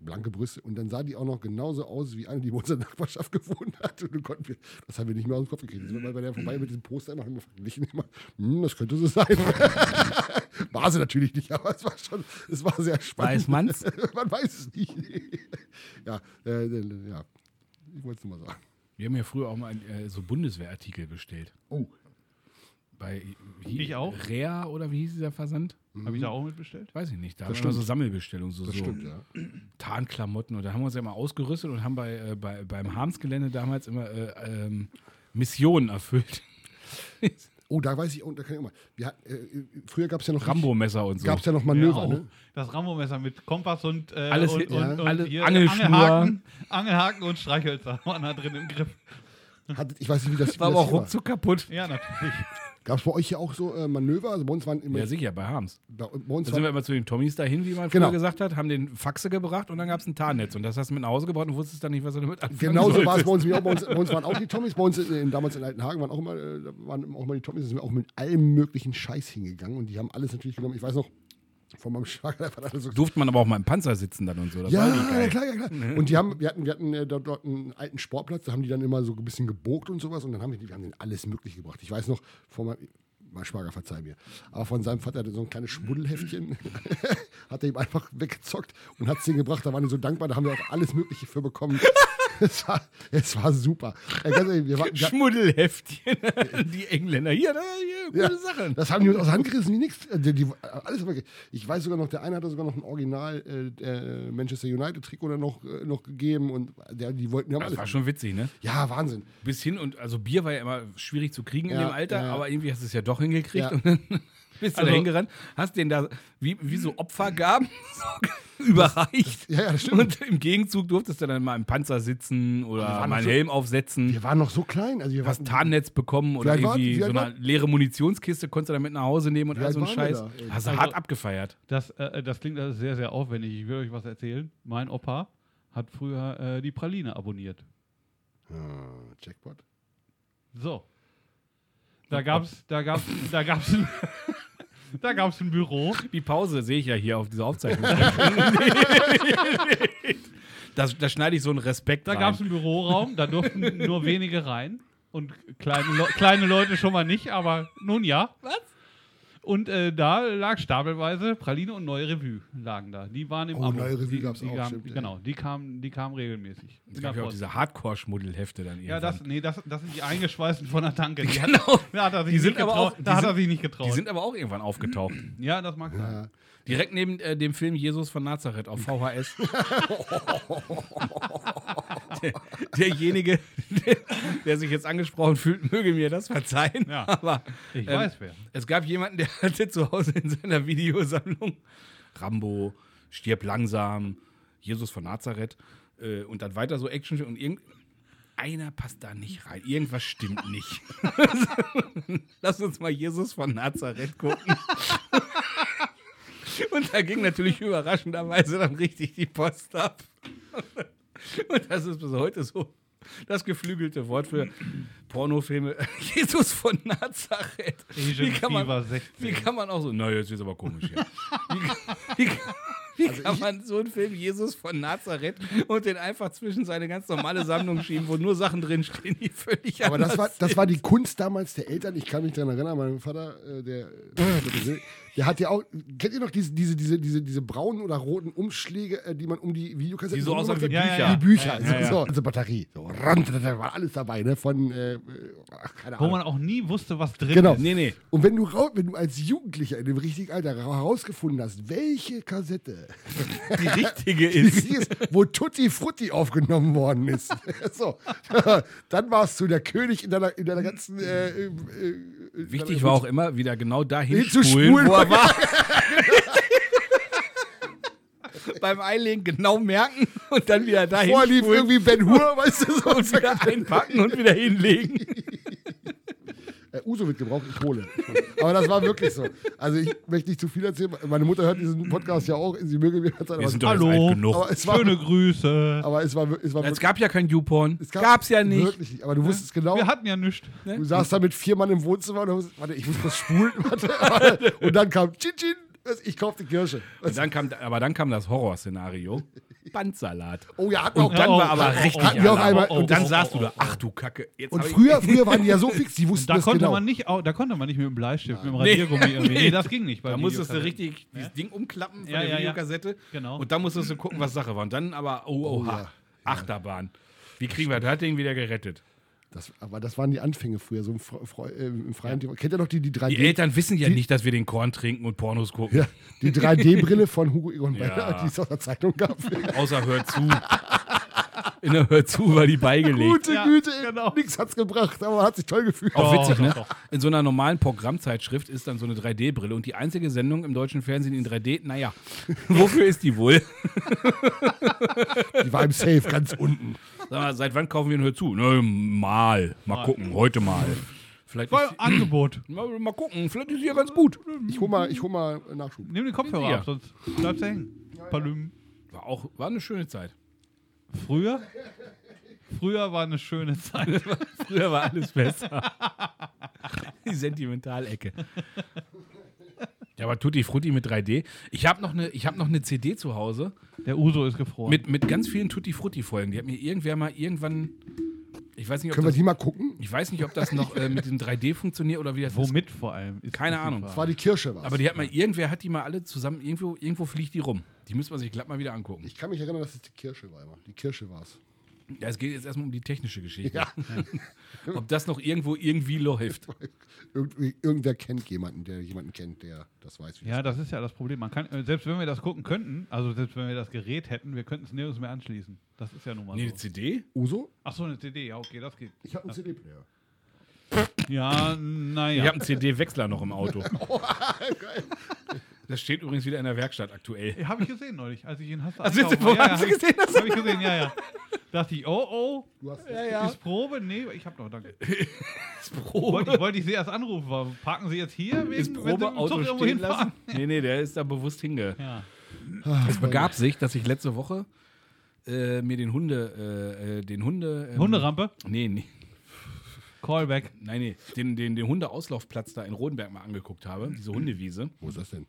Blanke Brüste. Und dann sah die auch noch genauso aus wie eine, die in unserer Nachbarschaft gewohnt hat. Und dann konnten wir, das haben wir nicht mehr aus dem Kopf gekriegt. Sind wir mal bei der vorbei mit diesem Poster immer, haben wir verglichen immer, hm, das könnte so sein. war sie natürlich nicht, aber es war schon, es war sehr spannend. Weiß man's? Man weiß es nicht. ja, äh, äh, ja, ich wollte es nur mal sagen. Wir haben ja früher auch mal äh, so Bundeswehrartikel bestellt. Oh, Bei, Ich auch. Rea oder wie hieß dieser Versand? Habe ich da auch mitbestellt? Weiß ich nicht. Da Das haben wir immer so stimmt. Sammelbestellungen, so, Das so stimmt, ja. Tarnklamotten. Und da haben wir uns ja immer ausgerüstet und haben bei, äh, bei, beim Harmsgelände damals immer äh, ähm, Missionen erfüllt. Oh, da weiß ich auch, da kann ich auch mal. Wir hatten, äh, früher gab es ja noch Rambo-Messer und so. Gab es ja noch Manöver, Ja, auch. ne? Das Rambo-Messer mit Kompass und, äh, Alles und, hin- ja. und, und Alle- hier Angelschnur. Angelhaken, Angelhaken und Streichhölzer waren da drin im Griff. Hattet, ich weiß nicht, wie das, wie war das aber auch hier ruckzuck kaputt. Ja, natürlich. Gab es bei euch ja auch so äh, Manöver? Also bei uns waren immer. Ja, sicher, bei Harms. bei, bei uns Da sind wir waren, immer zu den Tommys dahin, wie man Genau. früher gesagt hat, haben den Faxe gebracht und dann gab es ein Tarnnetz. Und das hast du mit nach Hause gebracht und wusstest dann nicht, was du damit anfangen genau so war es solltest. bei uns, nämlich auch. bei uns. Bei uns waren auch die Tommys. Bei uns äh, in, damals in Altenhagen waren auch immer, äh, da waren auch immer die Tommys. Da sind wir auch mit allem möglichen Scheiß hingegangen und die haben alles natürlich genommen. Ich weiß noch, von meinem Schwager, der war da so Durfte man aber auch mal im Panzer sitzen dann und so. Das Ja, war nicht ja, geil. klar, ja, klar. Und die haben, wir hatten, wir hatten äh, dort, dort einen alten Sportplatz, da haben die dann immer so ein bisschen gebogt und sowas und dann haben wir, die- wir haben denen alles möglich gebracht. Ich weiß noch, von meinem, mein Schwager, verzeih mir, aber von seinem Vater hatte so ein kleines Schmuddelheftchen, hat er ihm einfach weggezockt und hat es denen gebracht, da waren die so dankbar, da haben wir auch alles mögliche für bekommen. es, war, es war super. Äh, ganz ehrlich, wir waren, wir, Schmuddelheftchen. die Engländer. Hier, da, hier gute ja, Sachen. Das haben die uns aus der Hand gerissen, wie nix. Äh, Die, die, alles aber, ge- ich weiß sogar noch, der eine hatte sogar noch ein Original äh, äh, Manchester United-Trikot dann noch, äh, noch gegeben und der, die wollten ja Das alles. war schon witzig, ne? ja, Wahnsinn. Bis hin und, also Bier war ja immer schwierig zu kriegen in Ja, dem Alter, ja. aber irgendwie hast du es ja doch hingekriegt Ja. und dann bist du Also- da hingerannt, hast den da wie, wie so Opfergaben so überreicht. Ja, ja, das stimmt. und im Gegenzug durftest du dann mal im Panzer sitzen oder waren mal einen so- Helm aufsetzen. Wir waren noch so klein. Also wir hast waren, ein Tarnnetz bekommen oder Wie alt war- irgendwie wie so alt war- eine leere Munitionskiste konntest du damit nach Hause nehmen und Wie all alt so einen waren wir Scheiß. da? Hast du Also- hart abgefeiert. Das, äh, das klingt alles sehr, sehr aufwendig. Ich will euch was erzählen. Mein Opa hat früher äh, die Praline abonniert. Ah, Jackpot. So. Da gab's, da gab's, da gab's ein, da gab's ein Büro. Die Pause sehe ich ja hier auf dieser Aufzeichnung. das, da schneide ich so einen Respekt Da rein. gab es einen Büroraum, da durften nur wenige rein. Und kleine, Leu- kleine Leute schon mal nicht, aber nun ja. Was? Und äh, da lag stapelweise Praline und Neue Revue lagen da. Die waren im Oh, Abo. Neue Revue Die- gab's die auch, kamen- stimmt, ey. Genau, die kamen, die kamen regelmäßig. es gab ja auch diese Hardcore-Schmuddelhefte dann ja, irgendwann. das, nee, das, das sind die Eingeschweißten von der Tanke. Die, hat, Genau. da hat er sich Die nicht sind aber getraut. auch- die da hat er sind- sich nicht getraut. Die sind aber auch irgendwann aufgetaucht. ja, das mag sein. Ja. Direkt neben äh, dem Film Jesus von Nazareth auf VHS. der, derjenige, der, der sich jetzt angesprochen fühlt, möge mir das verzeihen. Ja. Aber Ich ähm, weiß wer. Es gab jemanden, der hatte zu Hause in seiner Videosammlung Rambo, Stirb langsam, Jesus von Nazareth äh, und dann weiter so Action und irgend einer passt da nicht rein. Irgendwas stimmt nicht. Lass uns mal Jesus von Nazareth gucken. Und da ging natürlich überraschenderweise dann richtig die Post ab. Und das ist bis heute so das geflügelte Wort für Pornofilme. Jesus von Nazareth. Asian Wie kann man, Fever 16. wie kann man auch so. Na, jetzt ist aber komisch hier. Wie, kann- wie, kann- wie kann man so einen Film Jesus von Nazareth und den einfach zwischen seine ganz normale Sammlung schieben, wo nur Sachen drinstehen, die völlig Aber das war, anders das war die Kunst damals der Eltern. Ich kann mich daran erinnern, mein Vater, äh, der, der hat ja auch, kennt ihr noch diese, diese, diese, diese, diese braunen oder roten Umschläge, äh, die man um die Videokassette Die so aussahen wie gemacht hat? Bücher. Ja, ja, ja. Die Bücher, Ja, ja. So, so, also Batterie. So, ran, da war alles dabei, ne? Von, äh, ach, keine Wo Ahnung. man auch nie wusste, was drin Genau. ist. Nee, nee. Und wenn du, rau- wenn du als Jugendlicher in dem richtigen Alter ra- herausgefunden hast, welche Kassette Die richtige die ist. ist, wo Tutti Frutti aufgenommen worden ist, so, dann warst du der König in deiner, in deiner ganzen. Äh, äh, äh, Wichtig war auch immer, wieder genau dahin Hin zu spulen, spulen, wo er war. Beim Einlegen genau merken und dann wieder dahin Vorher lief spulen irgendwie Ben Hur, weißt du, so. und wieder einpacken und wieder hinlegen. Äh, Uso wird gebraucht, ich hole. Aber das war wirklich so. Also ich möchte nicht zu viel erzählen. Meine Mutter hört diesen Podcast ja auch. Sie möge mir das sagen, aber, Hallo. aber es war, Schöne Grüße. aber es war, es war Es gab ja kein YouPorn. es Gab, Gab's ja nicht. Wirklich nicht. Aber du wusstest genau. Wir hatten ja nichts. Du saßt da mit vier Mann im Wohnzimmer und hast, warte, ich muss kurz spulen. Warte, warte. Und dann kam Chin Chin, ich kauf die Kirsche. Und dann kam, aber dann kam das Horrorszenario. Bandsalat. Oh ja, hatten wir auch. Dann Oh, war aber oh, oh, richtig hatten wir auch Alarm. einmal- Und dann oh, saßt oh, du da, ach du Kacke. Jetzt Und hab ich- früher, früher waren die ja so fix, die wussten Da das konnte genau. man nicht, au- da konnte man nicht mit dem Bleistift, mit dem Radiergummi irgendwie. Nee, das ging nicht. bei Da musstest du Videokassetten. richtig dieses Ding umklappen von Ja, der ja, ja. Videokassette. Genau. Und dann musstest du gucken, was Sache war. Und dann aber, oh, oha, ja. Achterbahn. Wie kriegen wir das Ding wieder gerettet? Das, aber das waren die Anfänge früher, so im, Fre- Fre- äh, im freien Thema. Kennt ihr noch die, die Die 3D? Eltern wissen ja nicht, dass wir den Korn trinken und Pornos gucken. Ja, die 3D-Brille von Hugo Egon Ja. Balder, die es aus der Zeitung gab. Außer hört zu. In der Hört zu war die beigelegt. Gute Ja, Güte, genau. Oh. nichts hat's gebracht, aber hat sich toll gefühlt. Auch Doch, witzig, doch, ne? doch. In so einer normalen Programmzeitschrift ist dann so eine 3D-Brille und die einzige Sendung im deutschen Fernsehen in 3D, naja, wofür ist die wohl? Die war im Safe ganz unten. Sag mal, seit wann kaufen wir denn Hör zu? Ne, mal. Mal gucken, heute mal. Vielleicht ist Voll Angebot. sie, mal, mal gucken, vielleicht ist sie ja ganz gut. Ich hol mal, ich hol mal Nachschub. Nimm den Kopfhörer Ja. ab, sonst bleibst du hängen. Palüm. War auch, war eine schöne Zeit. Früher? Früher war eine schöne Zeit. Früher war alles besser. Die Sentimentalecke. Ja, aber Tutti Frutti mit 3D. Ich habe noch eine ich hab noch eine CD zu Hause Der Uso ist gefroren. mit, mit ganz vielen Tutti Frutti Folgen. Die hat mir irgendwer mal irgendwann ich weiß nicht, ob Können wir das, die mal gucken? ich weiß nicht, ob das noch äh, mit dem 3D funktioniert oder wie das ist. Womit vor allem? Ist Keine die Ahnung. Frage. Das war die Kirsche, was? Aber die hat mal irgendwer hat die mal alle zusammen irgendwo irgendwo fliegt die rum. Die müsste man sich glatt mal wieder angucken. ich kann mich erinnern, dass es die Kirsche war immer. Die Kirsche war's. Ja, es geht jetzt erstmal um die technische Geschichte. Ja. Ob das noch irgendwo irgendwie läuft. Irgendwie, irgendwer kennt jemanden, der jemanden kennt, der das weiß. Wie Ja, das ist ja das Problem. Man kann, äh, selbst wenn wir das gucken könnten, also selbst wenn wir das Gerät hätten, wir könnten es nirgends mehr anschließen. Das ist ja nun mal Nee, so. eine CD? Uso? Achso, eine CD, ja, okay, das geht. Ich habe einen CD-Player. Ja, naja. Ich habe einen CD-Wechsler noch im Auto. Das steht übrigens wieder in der Werkstatt aktuell. Habe Äh, ich gesehen neulich, als ich ihn hast. Hast du- ja, hast ja, du gesehen, dass Habe ich gesehen, ja, ja. Dachte ich, oh, oh, Du hast ist Probe? Nee, ich habe noch, danke. Wollte ich, wollte ich Sie erst anrufen, warum parken Sie jetzt hier? Wegen, Oh. Ist wenn Sie mit dem Zug Probeauto irgendwo stehen hinfahren? lassen? Nee, nee, der ist da bewusst hinge. Ja. Es begab sich, dass ich letzte Woche äh, mir den Hunde, äh, äh, den Hunde. ähm, Hunderampe? Nee, nee. Callback. Nein, nee, den, den, den Hundeauslaufplatz da in Rodenberg mal angeguckt habe, diese Hundewiese. Wo ist das denn?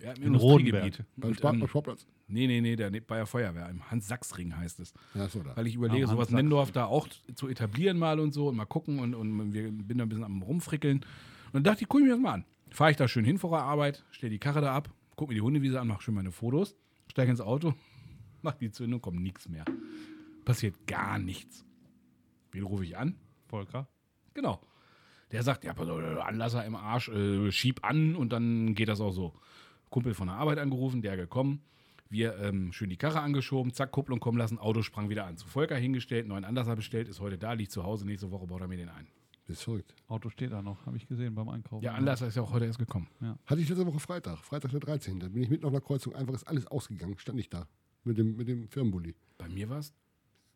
Ja, im In Industriegebiet. Rodenberg. Beim Und, Spar- beim ähm, Sportplatz? nee, nee, nee, da ne- bei der Feuerwehr, im Hans-Sachs-Ring heißt es. Ja, so da. Weil ich überlege, Am sowas in Ansatz. Nendorf da auch zu etablieren mal und so und mal gucken und, und wir bin da ein bisschen am rumfrickeln. Und dann dachte ich, guck ich mir das mal an. Fahre ich da schön hin vor der Arbeit, stell die Karre da ab, guck mir die Hundewiese an, mach schön meine Fotos, steige ins Auto, mach die Zündung, kommt nichts mehr. Passiert gar nichts. Wen rufe ich an? Volker. Genau. Der sagt, ja, pass auf, Anlasser im Arsch, äh, schieb an und dann geht das auch so. Kumpel von der Arbeit angerufen, der gekommen. Wir ähm, schön die Karre angeschoben, zack, Kupplung kommen lassen, Auto sprang wieder an. Zu Volker hingestellt, neuen Anlasser bestellt, ist heute da, liegt zu Hause, nächste Woche baut er mir den ein. Bist verrückt. Auto steht da noch, habe ich gesehen beim Einkaufen. Der Anlasser ist ja auch heute erst gekommen. Hatte ich letzte Woche Freitag, Freitag der 13. Da bin ich mitten auf einer Kreuzung, einfach ist alles ausgegangen, stand ich da. Mit dem, mit dem Firmenbully. Bei mir war es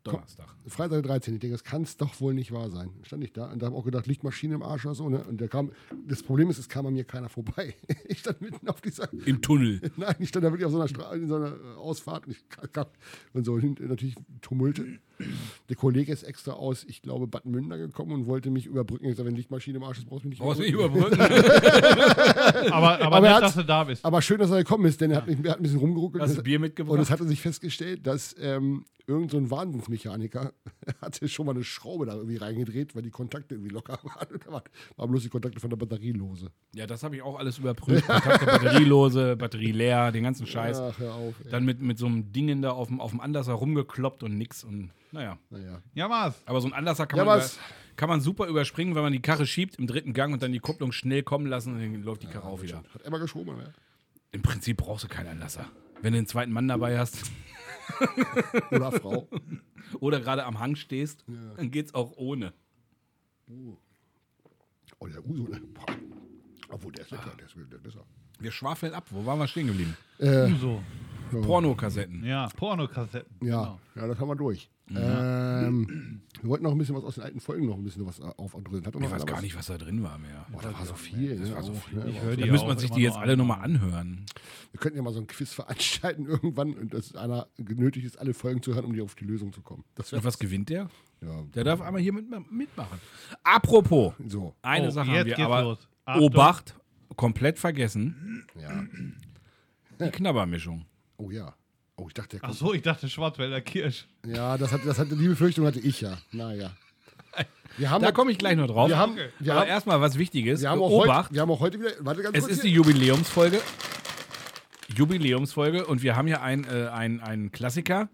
Donnerstag. Freitag der 13. Ich denke, das kann es doch wohl nicht wahr sein. Stand ich da und habe auch gedacht, Lichtmaschine im Arsch oder so. Ne? Und der kam, das Problem ist, es kam an mir keiner vorbei. Ich stand mitten auf dieser, Im Tunnel. nein, ich stand da wirklich auf so einer, Stra in so einer äh, Ausfahrt und, ich kam, kam- und so. Und natürlich Tumulte. Der Kollege ist extra aus, ich glaube, Bad Münder gekommen und wollte mich überbrücken. Ich sage, wenn Lichtmaschine im Arsch ist, brauchst du mich nicht Brauchst du nicht überbrücken. überbrücken? Aber, aber, er nett, hat's- dass du da bist. Aber schön, dass er gekommen ist, denn er hat, mich, er hat ein bisschen rumgeruckelt. Hast Und du es- Bier Und es mitgebracht? hatte sich festgestellt, dass ähm, irgend so ein Wahnsinnsmechaniker hatte schon mal eine Schraube da irgendwie reingedreht, weil die Kontakte irgendwie locker waren. Und da waren, waren bloß die Kontakte von der Batterie lose. Ja, das habe ich auch alles überprüft. Kontakte, Batterielose, Batterie leer, den ganzen Scheiß. Ach, hör auf. Ey. Dann mit, mit so einem Dingen da auf dem, auf dem Anlasser rumgekloppt und nix und naja. Naja. Ja, Mars. Aber so ein Anlasser kann, Ja, man, über, was? kann man super überspringen, wenn man die Karre schiebt im dritten Gang und dann die Kupplung schnell kommen lassen und dann läuft die Karre auch wieder. Hat Emma geschoben, ja. Im Prinzip brauchst du keinen Anlasser. Wenn du einen zweiten Mann dabei hast Oder Frau. oder gerade am Hang stehst, dann geht's auch ohne. Oh, der Uso, ne? Boah. Obwohl, der ist lecker, der ist, der ist besser. Wir schwafeln ab. Wo waren wir stehen geblieben? Uso. Pornokassetten. Ja, Pornokassetten. Genau. Ja, ja, das haben wir durch. Ähm, wir wollten noch ein bisschen was aus den alten Folgen noch ein bisschen was aufdröseln. Hat doch noch Ich weiß einer gar was? nicht, was da drin war mehr. Boah, da war so viel. ne? Das war so viel. Ich höre die Da müsste auch man sich immer die jetzt nur alle an. nochmal anhören. Wir könnten ja mal so ein Quiz veranstalten irgendwann und dass einer genötigt ist, alle Folgen zu hören, um die auf die Lösung zu kommen. Das wäre Und was gewinnt der? ja. Der darf einmal hier mit, mitmachen. Apropos, so. eine Oh, Sache jetzt haben wir geht's aber los. Achtung. Obacht, komplett vergessen, Ja. die Knabbermischung. Oh ja. Oh, ich dachte, der kommt. Achso, ich dachte Schwarzwälder Kirsch. Ja, das hatte, das hatte, die Befürchtung hatte ich ja. Naja. Wir haben, Da komme ich gleich noch drauf. wir haben, wir Aber haben, erstmal was Wichtiges. wir haben, auch, Obacht, heute, wir haben auch heute wieder. Warte ganz es kurz. ist die hier. Jubiläumsfolge. Jubiläumsfolge und wir haben hier einen äh, ein, ein Klassiker,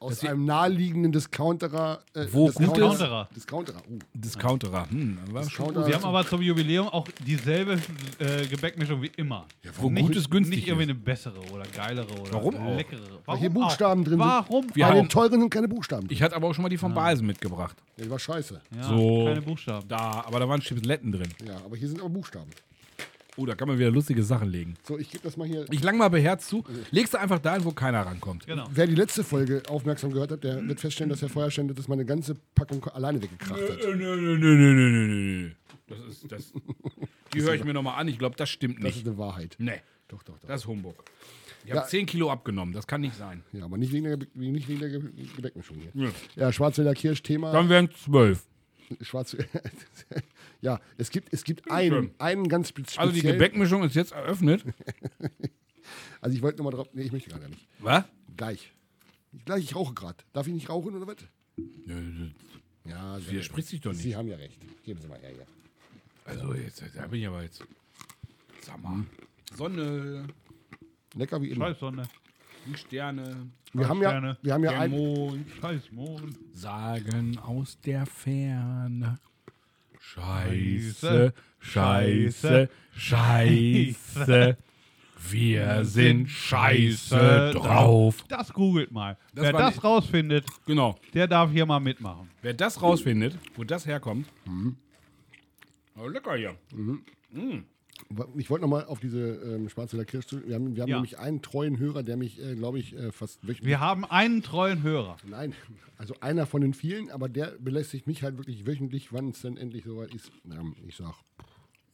Aus einem naheliegenden Discounterer. Äh, Wo Discounter- gutes- Discounterer. Discounterer. Uh, Discounterer. Hm, war schon Discounter. Sie haben aber zum Jubiläum auch dieselbe äh, Gebäckmischung wie immer. Ja, wo nicht, Gutes günstig Nicht irgendwie eine bessere oder geilere oder Warum auch? leckere. Weil hier Buchstaben auch? drin sind. Warum? Wir auch? Bei haben- den teuren sind keine Buchstaben. ich hatte aber auch schon mal die von Ah. Balsen mitgebracht. Ja, die war scheiße. Ja, so. Keine Buchstaben. Da, aber da waren Chipsletten drin. Ja, aber hier sind aber Buchstaben. Oh, da kann man wieder lustige Sachen legen. So, ich gebe das mal hier. Ich lang mal beherzt zu, legst du einfach dahin, wo keiner rankommt. Genau. Wer die letzte Folge aufmerksam gehört hat, der wird feststellen, dass Herr Feuerstände das mal eine ganze Packung alleine weggekracht hat. Nö, nö, nö, nö, nö, nö, nö. Das ist, das, die höre ich mir nochmal an. Ich glaube, das stimmt Das ist nicht. eine Wahrheit. Nee, Doch, doch, doch. das ist Humbug. Ich habe 10 Kilo abgenommen, das kann nicht sein. Ja, aber nicht wegen der, Ge- nicht wegen der Ge- Gebäckmischung hier. Ja. Ja, Schwarzwälder Kirsch-Thema. Dann wären es 12. Schwarz ja, es gibt, es gibt einen, einen ganz spe- speziellen. Also die Gebäckmischung ist jetzt eröffnet. Also ich wollte nochmal drauf. Nee, ich möchte gerade nicht. Was? Gleich. Gleich, ich rauche gerade. Darf ich nicht rauchen oder was? Nö, Ja, das widerspricht sich doch nicht. Sie haben ja recht. Geben Sie mal her hier. Also jetzt, da bin ich aber jetzt. Sag mal. Sonne, Lecker wie immer. Scheiß Sonne. die Sterne, Wir haben ja, Sterne. wir haben ja der ein, Mond, Scheiß Mond. sagen aus der Ferne. Scheiße, Scheiße, Scheiße, Scheiße. Wir sind scheiße drauf. Das googelt mal. Das Wer war das nicht- rausfindet, Genau. der darf hier mal mitmachen. Wer das rausfindet, wo das herkommt. Oh, lecker hier. Ich wollte nochmal auf diese ähm, Schwarzwälder Kirsch zu. Wir haben, wir haben Ja. nämlich einen treuen Hörer, der mich, äh, glaube ich, äh, fast wöchentlich. Wir haben einen treuen Hörer. Nein, also einer von den vielen, aber der belästigt mich halt wirklich wöchentlich, wann es denn endlich soweit ist. Ähm, ich sag,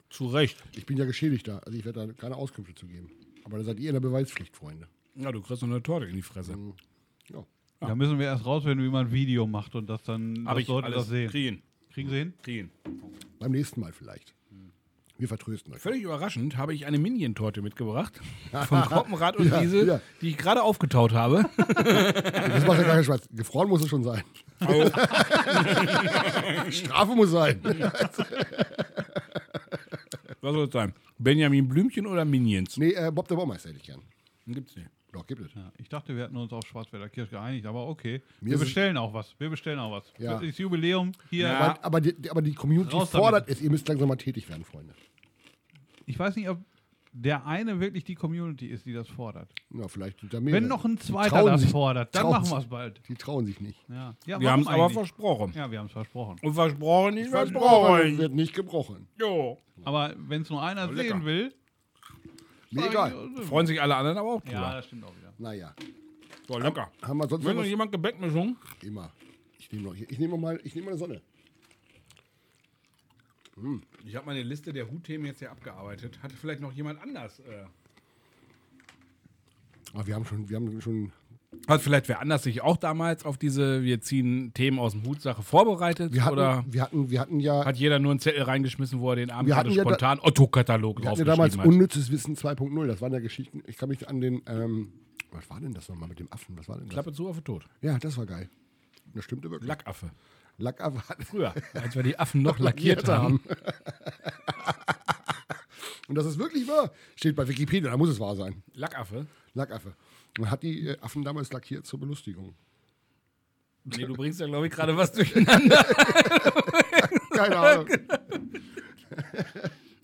Zu Recht. ich bin ja Geschädigter, also ich werde da keine Auskünfte zu geben. Aber da seid ihr in der Beweispflicht, Freunde. Ja, du kriegst noch eine Torte in die Fresse. Ja. Da müssen wir erst rausfinden, wie man ein Video macht und das dann Aber das ich Leute alles das sehen. kriegen. Kriegen Sie hin? kriegen. Beim nächsten Mal vielleicht. Wir vertrösten euch. Völlig überraschend habe ich eine Minion-Torte mitgebracht. Von Kroppenrad und Ja, Wiese, ja. die ich gerade aufgetaut habe. Das macht ja gar keinen Spaß. Gefroren muss es schon sein. Strafe muss sein. Was soll es sein? Benjamin Blümchen oder Minions? Nee, äh, Bob der Baumeister hätte ich gern. Gibt's nicht. Doch, gibt es. Ja, ich dachte, wir hätten uns auf Schwarzwälder Kirsch geeinigt, aber okay. Mir wir sind- bestellen auch was. Wir bestellen auch was. Ja. Das ist Jubiläum hier. Ja. Aber, aber, die, aber die Community Raus damit. fordert es. Ihr müsst langsam mal tätig werden, Freunde. Ich weiß nicht, ob der eine wirklich die Community ist, die das fordert. Ja, vielleicht sind da mehrere. Wenn noch ein Die zweiter trauen das sich- fordert, dann trauen machen sich- wir es bald. Die trauen sich nicht. Ja. Ja, Wir haben warum es aber eigentlich? versprochen. Ja, wir haben es versprochen. Und versprochen ist Versprochen versprochen. wird nicht gebrochen. Jo. Aber wenn es nur einer Oh, lecker. sehen will, Mir egal. also- Freuen sich alle anderen aber auch Ja, drüber. das stimmt auch wieder. Naja, so, lecker. haben wir sonst Wenn noch noch was? jemand Gebäckmischung? Immer. Ich nehme noch, ich nehme noch mal, ich nehme mal eine Sonne. Ich habe meine Liste der Hutthemen jetzt hier abgearbeitet. Hatte vielleicht noch jemand anders? Äh Aber Ah, wir haben schon, wir haben schon, Hat vielleicht wer anders sich auch damals auf diese Wir ziehen Themen aus dem Hut Sache vorbereitet? wir hatten, oder wir hatten, wir hatten ja, hat jeder nur einen Zettel reingeschmissen, wo er den Abend Wir gerade hatten ja da- spontan Otto-Katalog wir hatten ja draufgeschrieben damals hat? unnützes Wissen 2.0. Das waren ja Geschichten. Ich kann mich an den, ähm, was war denn das nochmal mit dem Affen? Was war denn das? Klappe zu, Affe tot. Ja, das war geil. Das stimmte wirklich. Lackaffe. Lackaffe hat Früher, als wir die Affen noch lackiert haben. Und das ist wirklich wahr. Steht bei Wikipedia, da muss es wahr sein. Lackaffe? Lackaffe. Man hat die äh, Affen damals lackiert zur Belustigung. Nee, du bringst ja, glaube ich, gerade was durcheinander. Keine Ahnung.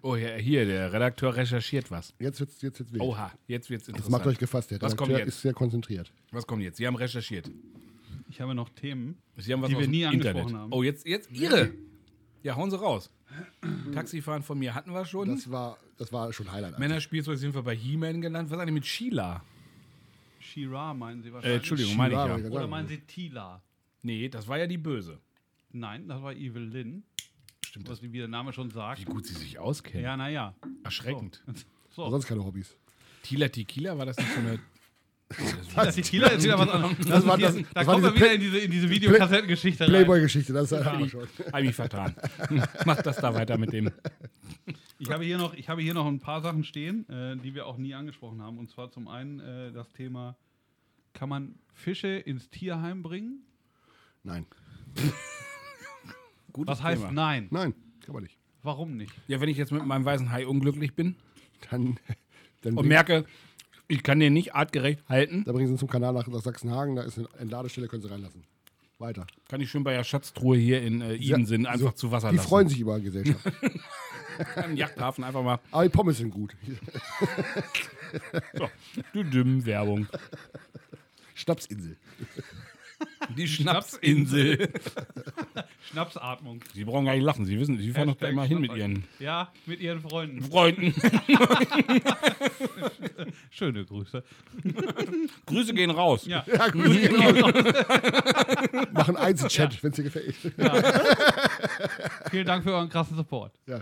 Oh, hier, hier, der Redakteur recherchiert was. Jetzt wird's, jetzt wird's wild. Oha, jetzt wird's Jetzt interessant. macht euch gefasst, der Oh, Was kommt Redakteur jetzt? ist sehr konzentriert. was kommt jetzt? Sie haben recherchiert. Ich habe noch Themen. Sie haben was Die aus wir dem nie Internet. angesprochen haben. Oh, jetzt, jetzt Ihre. Ja, hauen Sie raus. Taxifahren von mir hatten wir schon. Das war, das war schon Highlight. Männerspielzeug sind wir bei He-Man genannt. Was ist eigentlich mit Sheila? Shira meinen Sie Äh, wahrscheinlich. Entschuldigung, meine Sheila, ich ja. ja. Oder meinen Sie Tila? Nee, das war ja die Böse. Nein, das war Evil Lynn. Stimmt. Was wie der Name schon sagt. Wie gut sie sich auskennt. Ja, naja. Erschreckend. Aber So. sonst keine Hobbys. Tila Tequila, war das nicht so eine... Das Tila ist wieder was anderes. Das war- ist hier- das- da das war kommen wir diese wieder in diese, in diese Videokassettengeschichte rein. Playboy-Geschichte, das ist ja. schon. Hab ich vertan. Mach das da weiter mit dem... Ich habe hier noch, ich habe hier noch ein paar Sachen stehen, äh, die wir auch nie angesprochen haben. Und zwar zum einen äh, das Thema, kann man Fische ins Tierheim bringen? Nein, Gutes Was heißt Thema. nein? nein, kann man nicht. Warum nicht? Ja, wenn ich jetzt mit meinem weißen Hai unglücklich bin Dann, dann und merke, Ich kann den nicht artgerecht halten. Da bringen sie ihn zum Kanal nach, nach Sachsenhagen, da ist eine Entladestelle, können sie reinlassen. Weiter. Kann ich schön bei der Schatztruhe hier in äh, Idensen Ja, einfach so, zu Wasser Die lassen. freuen sich über Gesellschaft. Am Yachthafen einfach mal. Aber die Pommes sind gut. So, die Dümm-Werbung. Schnapsinsel. Die Schnapsinsel. Schnapsatmung. Sie brauchen gar nicht lachen. Sie wissen, Sie fahren doch da Hashtag immer hin mit Schnapsatmung. Ihren Ja, mit ihren Freunden. Freunden. Schöne Grüße. Grüße gehen raus. Ja. Ja, gut. Machen Einzelchat, wenn es dir gefällt. Vielen Dank für euren krassen Support. Ja.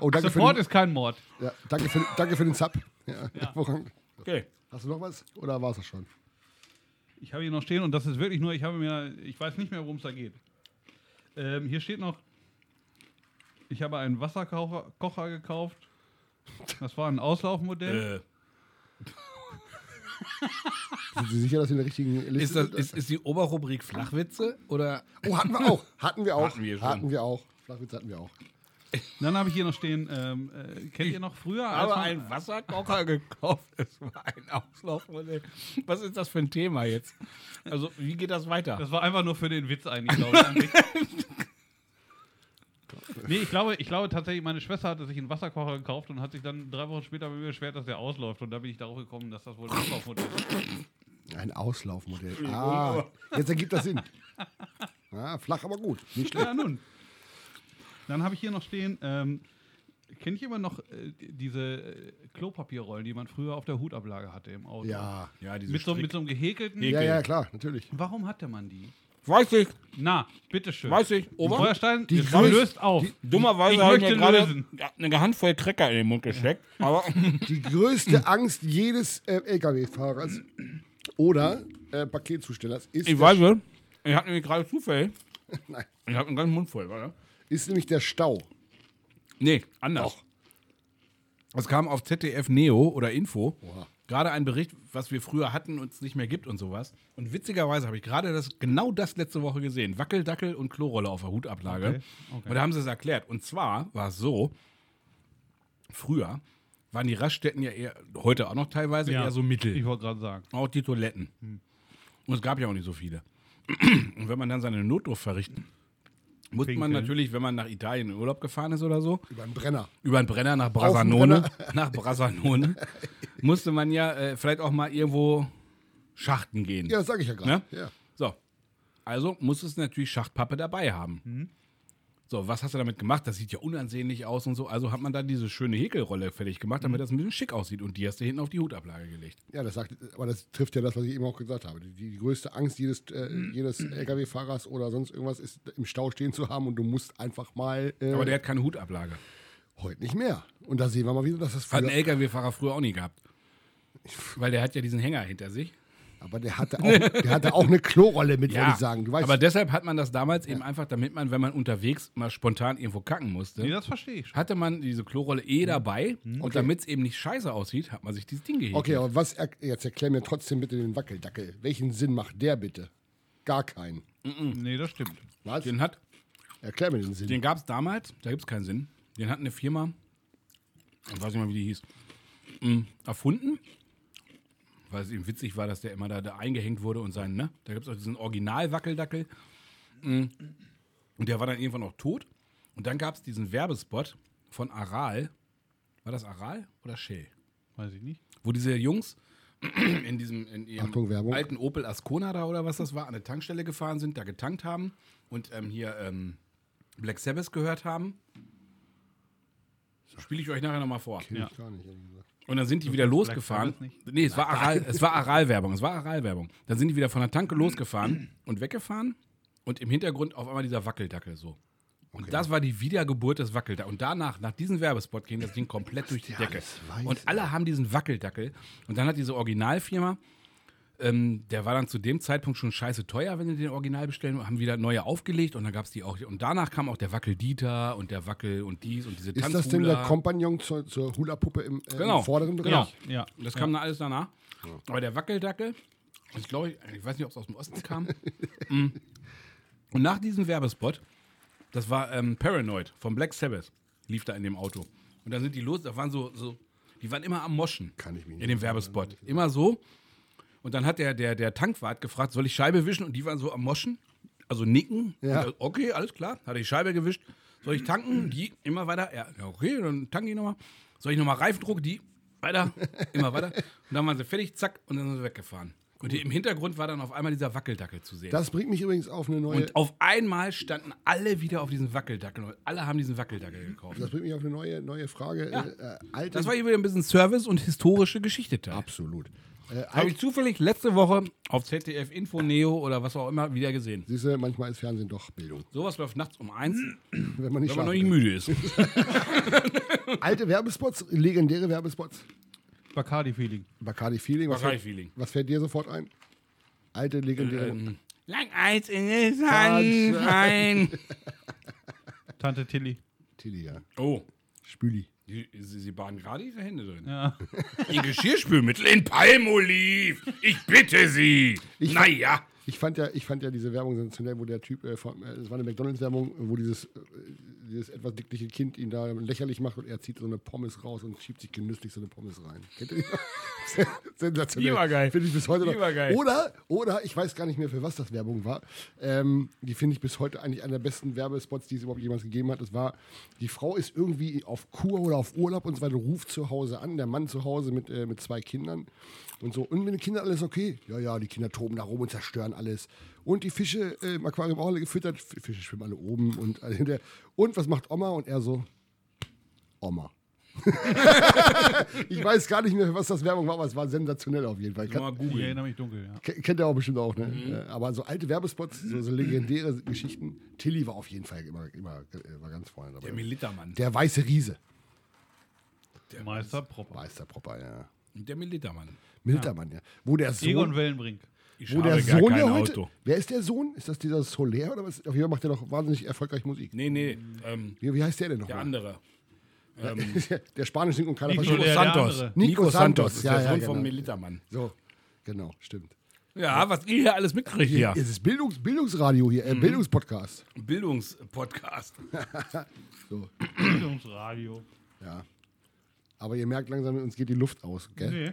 Oh, danke für, Support den, ist kein Mord. ja, danke, für, danke für den Sub. Ja. Woran, Okay. hast du noch was? Oder war es das schon? Ich habe hier noch stehen und das ist wirklich nur, ich habe mir, ich weiß nicht mehr, worum es da geht. Ähm, hier steht noch, ich habe einen Wasserkocher Kocher gekauft. Das war ein Äh, Auslaufmodell. Sind Sie sicher, dass Sie in der richtigen Liste ist, das, ist, ist die Oberrubrik Flachwitze oder Oh, hatten wir auch. Hatten wir auch. Hatten wir schon. hatten wir auch. Flachwitz hatten wir auch. Dann habe ich hier noch stehen, ähm, äh, kennt ihr noch früher? als habe man- einen Wasserkocher gekauft. Es war ein Auslaufmodell. Was ist das für ein Thema jetzt? Also, wie geht das weiter? Das war einfach nur für den Witz eigentlich, glaube ich. an mich. nee, ich glaube, ich glaube tatsächlich, meine Schwester hatte sich einen Wasserkocher gekauft und hat sich dann drei Wochen später bei mir beschwert, dass der ausläuft. Und da bin ich darauf gekommen, dass das wohl ein Auslaufmodell ist. Ein Auslaufmodell. Ah, jetzt ergibt das Sinn. Ah, flach, aber gut. Nicht schlecht. Ja, nun. Dann habe ich hier noch stehen, ähm, kennt jemand noch äh, diese äh, Klopapierrollen, die man früher auf der Hutablage hatte im Auto? Ja. ja, diese Mit so, Strick- mit so einem gehäkelten. Häkel. Ja, ja, klar, natürlich. Warum hatte man die? Weiß ich, Na, bitteschön. weiß ich. Ober Feuerstein, Die jetzt größ- löst auf. Dummerweise Ich habe ich möchte mir gerade lösen. ja, eine Handvoll Cracker in den Mund gesteckt. Aber Die größte Angst jedes äh, LKW-Fahrers oder äh, Paketzustellers ist, ich der- weiß es. Ich hatte nämlich gerade Zufall. Nein. Ich habe einen ganzen Mund voll, oder? ist nämlich der Stau. Nee, anders. Es kam auf ZDF Neo oder Info. Gerade ein Bericht, was wir früher hatten und es nicht mehr gibt und sowas. Und witzigerweise habe ich gerade das, genau das letzte Woche gesehen. Wackeldackel und Klorolle auf der Hutablage. Okay, okay. Und da haben sie es erklärt. Und zwar war es so, früher waren die Raststätten ja eher, heute auch noch teilweise, eher so mittel. Ich Hm. wollte gerade sagen. Auch die Toiletten. Und es gab ja auch nicht so viele. Und wenn man dann seine Notdurft verrichten, musste man Pinkeln. natürlich, wenn man nach Italien in Urlaub gefahren ist oder so, Über den Brenner. über den Brenner nach Brasanone, nach Brasanone, musste man ja äh, vielleicht auch mal irgendwo Schachten gehen. Ja, sage ich ja Ne? gerade. Ja. So. Also musstest du natürlich Schachtpappe dabei haben. Mhm. So, was hast du damit gemacht? Das sieht ja unansehnlich aus und so. Also hat man da diese schöne Häkelrolle fertig Mhm. gemacht, damit das ein bisschen schick aussieht. Und die hast du hinten auf die Hutablage gelegt. Ja, das sagt, aber das trifft ja das, was ich eben auch gesagt habe. Die, die größte Angst jedes, äh, Mhm. jedes LKW-Fahrers oder sonst irgendwas ist, im Stau stehen zu haben und du musst einfach mal. Äh, Aber der hat keine Hutablage. heute nicht mehr. Und da sehen wir mal wieder, dass das Hat ein früher- LKW-Fahrer früher auch nie gehabt. Weil der hat ja diesen Hänger hinter sich. Aber der hatte auch, der hatte auch eine Klorolle mit, Ja, würde ich sagen. Du weißt, aber deshalb hat man das damals eben einfach, damit man, wenn man unterwegs mal spontan irgendwo kacken musste, Nee, das verstehe ich schon. hatte man diese Klorolle eh dabei. Und damit es eben nicht scheiße aussieht, hat man sich dieses Ding gehegt. okay, aber was er, jetzt erklär mir trotzdem bitte den Wackeldackel. Welchen Sinn macht der bitte? Gar keinen. Hm. Nee, das stimmt. Was? Den, hat- Erklär mir den Sinn. Genau. den gab es damals, da gibt es keinen Sinn. Den hat eine Firma, ich weiß nicht mal, wie die hieß, mm, erfunden. Weil es eben witzig war, dass der immer da, da eingehängt wurde und sein, ne? Da gibt es auch diesen Original-Wackeldackel. mm. Und der war dann irgendwann auch tot. Und dann gab es diesen Werbespot von Aral. War das Aral oder Shell? Weiß ich nicht. Wo diese Jungs in diesem in ihrem Achtung, Werbung. alten Opel Ascona da oder was das war, an eine Tankstelle gefahren sind, da getankt haben und ähm, hier ähm, Black Sabbath gehört haben. Spiele ich euch nachher nochmal vor. Kenn ich Ja. gar nicht, ehrlich gesagt. Und dann sind die wieder losgefahren. Sabbath nicht? Nee, es war Aral, es war Aral-Werbung, es war Aral-Werbung. Dann sind die wieder von der Tanke losgefahren und weggefahren und im Hintergrund auf einmal dieser Wackeldackel so. Und das war die Wiedergeburt des Wackeldackels. Und danach, nach diesem Werbespot, ging das Ding komplett durch die Decke. weiß, Und alle haben diesen Wackeldackel. Und dann hat diese Originalfirma, ähm, der war dann zu dem Zeitpunkt schon scheiße teuer, wenn sie den Original bestellen, haben wieder neue aufgelegt und dann gab es die auch. Und danach kam auch der Wackeldieter und der Wackel und dies und diese Ist das denn der Tanzhula. Kompagnon zur, zur Hula-Puppe im, äh, Genau. im vorderen Bereich? Genau. Ja. Das kam dann alles danach. Aber der Wackeldackel, ich glaube, ich, ich weiß nicht, ob es aus dem Osten kam. Mm. Und nach diesem Werbespot, das war ähm, Paranoid vom Black Sabbath, lief da in dem Auto. Und da sind die los, da waren so, so Die waren immer am Moschen. Kann ich mich In nicht dem Werbespot. Immer so. Und dann hat der, der, der Tankwart gefragt, soll ich Scheibe wischen? Und die waren so am Moschen, also nicken. Ja. Und, äh, okay, alles klar. Hat er die Scheibe gewischt. Soll ich tanken? Die immer weiter. Ja, ja, okay, dann tanke ich nochmal. Soll ich nochmal Reifendruck? Die weiter, immer weiter. Und dann waren sie fertig, zack, und dann sind sie weggefahren. Und im Hintergrund war dann auf einmal dieser Wackeldackel zu sehen. Das bringt mich übrigens auf eine neue. Und auf einmal standen alle wieder auf diesen Wackeldackel und alle haben diesen Wackeldackel gekauft. das bringt mich auf eine neue, neue Frage. Ja. Äh, äh, alte, Das war hier wieder ein bisschen Service und historische Geschichte. Tat. absolut. Äh, Habe alt, ich zufällig letzte Woche auf ZDF Info Neo oder was auch immer wieder gesehen. siehst du, manchmal ist Fernsehen doch Bildung. Sowas läuft nachts um eins, Wenn man nicht, wenn man noch schlafen nicht müde ist. kann. Alte Werbespots, legendäre Werbespots. Bacardi-Feeling. Bacardi Feeling. Was, Bacardi fällt- Feeling. Ähm. was fällt dir sofort ein? Alte legendäre. Lang als in den Sonnenschein. Sonnenschein. Tante Tilly. Tilly, ja. Oh, Spüli. die, sie, sie baden gerade ihre Hände drin. Ja. Ihr Geschirrspülmittel in Palmoliv. Ich bitte Sie. Ich- naja. Ich fand ja, ich fand ja diese Werbung sensationell, wo der Typ, äh, vom, äh, es war eine McDonalds-Werbung, wo dieses, äh, dieses etwas dickliche Kind ihn da lächerlich macht und er zieht so eine Pommes raus und schiebt sich genüsslich so eine Pommes rein. Kennt ihr die? sensationell. Die war geil. Finde ich bis heute Die noch. war geil. Oder, oder, ich weiß gar nicht mehr, für was das Werbung war. Ähm, die finde ich bis heute eigentlich einer der besten Werbespots, die es überhaupt jemals gegeben hat. Das war, die Frau ist irgendwie auf Kur oder auf Urlaub und so weiter, ruft zu Hause an, der Mann zu Hause mit, äh, mit zwei Kindern und so. Und mit den Kindern alles okay? Ja, ja, die Kinder toben da rum und zerstören alles. Und die Fische äh, im Aquarium auch alle gefüttert. F- Fische schwimmen alle oben und alle hinterher. Und was macht Oma? Und er so, Oma. ich weiß gar nicht mehr, für was das Werbung war, aber es war sensationell auf jeden Fall. Ich kann- Mal Ich googeln. erinnere mich dunkel, ja. Ke- Kennt ihr auch bestimmt auch, ne? Mhm. Äh, Aber so alte Werbespots, so, so legendäre Geschichten. Tilly war auf jeden Fall immer, immer äh, war ganz vorne dabei. Der Der, Militermann. weiße Riese. Meister Propper. Meisterpropper, ja. Der Militermann. Mildermann, ja. Wo der Egon Sohn, Wellenbrink. Ich wo habe der gar Sohn kein ja heute. Auto. Wer ist der Sohn? Ist das dieser Soler oder was? Auf jeden Fall macht er doch wahnsinnig erfolgreich Musik. Nee, nee, ähm, Wie, wie heißt der denn noch? der andere. ähm, der Spanisch singt und keiner Nico versteht. der andere. Nico, Nico Santos. Santos, ist ja, der ja, Sohn genau. vom Militermann. So, genau, stimmt. Ja, was ihr hier alles mitkriegt hier. Es ist Bildungs Bildungsradio hier, äh, Mhm. Bildungspodcast. Bildungspodcast. So, Bildungsradio. ja. Aber ihr merkt langsam, uns geht die Luft aus, gell? Nee.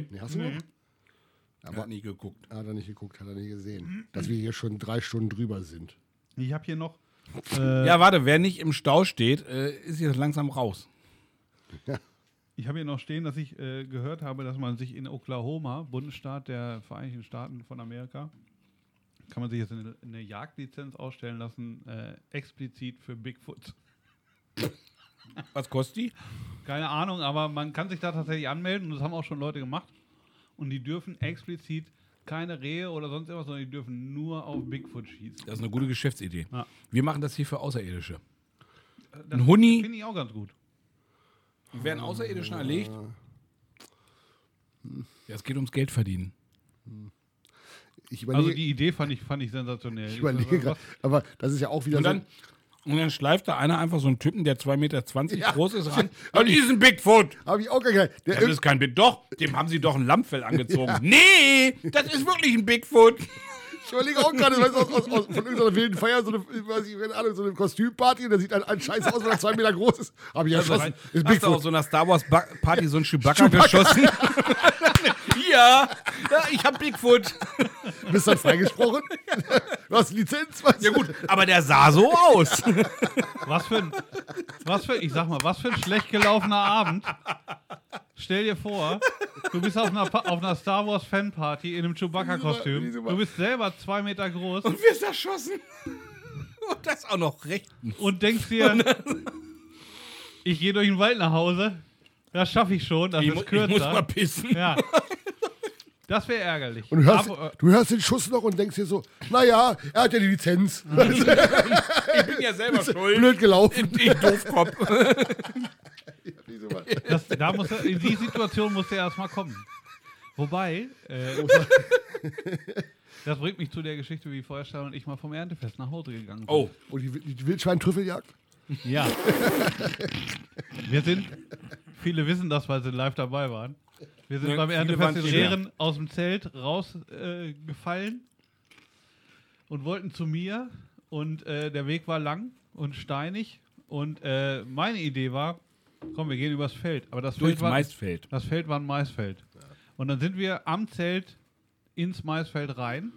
Nee, Nee, hast du noch? aber hat nie geguckt. Hat er nicht geguckt, hat er nie gesehen. Dass wir hier schon drei Stunden drüber sind. Ich habe hier noch. Äh, Ja, warte, wer nicht im Stau steht, äh, ist jetzt langsam raus. Ich habe hier noch stehen, dass ich äh, gehört habe, dass man sich in Oklahoma, Bundesstaat der Vereinigten Staaten von Amerika, kann man sich jetzt eine, eine Jagdlizenz ausstellen lassen, äh, explizit für Bigfoot. Was kostet die? Keine Ahnung, aber man kann sich da tatsächlich anmelden und das haben auch schon Leute gemacht. Und die dürfen explizit keine Rehe oder sonst irgendwas, sondern die dürfen nur auf Bigfoot schießen. Das ist eine gute Geschäftsidee. Ja. Wir machen das hier für Außerirdische. Das Ein Huni? Finde ich auch ganz gut. Wir werden Außerirdischen erlegt. Ja, es geht ums Geld verdienen. Ich Also überlege, die Idee fand ich, fand ich sensationell. ich überlege gerade, aber das ist ja auch wieder Und dann, und dann schleift da einer einfach so einen Typen, der 2,20 Meter Ja. groß ist, ran. Und die ist ein Bigfoot. so. Habe ich auch gar keinen. Der Das irg- ist kein Bigfoot. Doch, dem haben sie doch ein Lammfell angezogen. Nee, das ist wirklich ein Bigfoot. ich überlege auch gerade, weißt du, aus, aus, aus, von irgendeiner wilden Feier, so eine, ich weiß nicht, keine Ahnung, so eine Kostümparty und der sieht ein, ein Scheiß aus, weil er zwei Meter groß ist. Habe ich Also erschossen. rein, Ist hast du auf Bigfoot. so einer Star Wars Ba- Party so einen Chewbacca, geschossen? ja, ja, ich hab Bigfoot. Bist dann freigesprochen? du hast Lizenz, weißt Ja du? gut, aber der sah so aus. Was für ein, was für, ich sag mal, was für ein schlecht gelaufener Abend. Stell dir vor, du bist auf einer, Pa- auf einer Star Wars Fanparty in einem Chewbacca-Kostüm. Du bist selber zwei Meter groß Und wirst erschossen. Und das auch noch rechten. und denkst dir, ich gehe durch den Wald nach Hause. Das schaffe ich schon, das Ich, mu ist ich muss mal kürzer. pissen. Ja. Das wäre ärgerlich. Und du hörst, Aber, äh, du hörst den Schuss noch und denkst dir so, naja, er hat ja die Lizenz. Ich bin ja selber schuld. Blöd gelaufen. Ich Doofkopf. das, da musst du, in die Situation musst du erstmal kommen. Wobei, äh, das bringt mich zu der Geschichte, wie Feuerstein und ich mal vom Erntefest nach Hause gegangen sind. Oh, Und die, die Wildschweintrüffeljagd? Ja. Wir sind, viele wissen das, weil sie live dabei waren. Wir sind Ja, beim viele Erntefest waren in hier. Rehren aus dem Zelt rausgefallen äh, gefallen und wollten zu mir. Und äh, der Weg war lang und steinig. Und äh, meine Idee war, komm, wir gehen übers Feld. Aber das Durchs Feld war, Maisfeld. Das Feld war ein Maisfeld. Und dann sind wir am Zelt ins Maisfeld rein.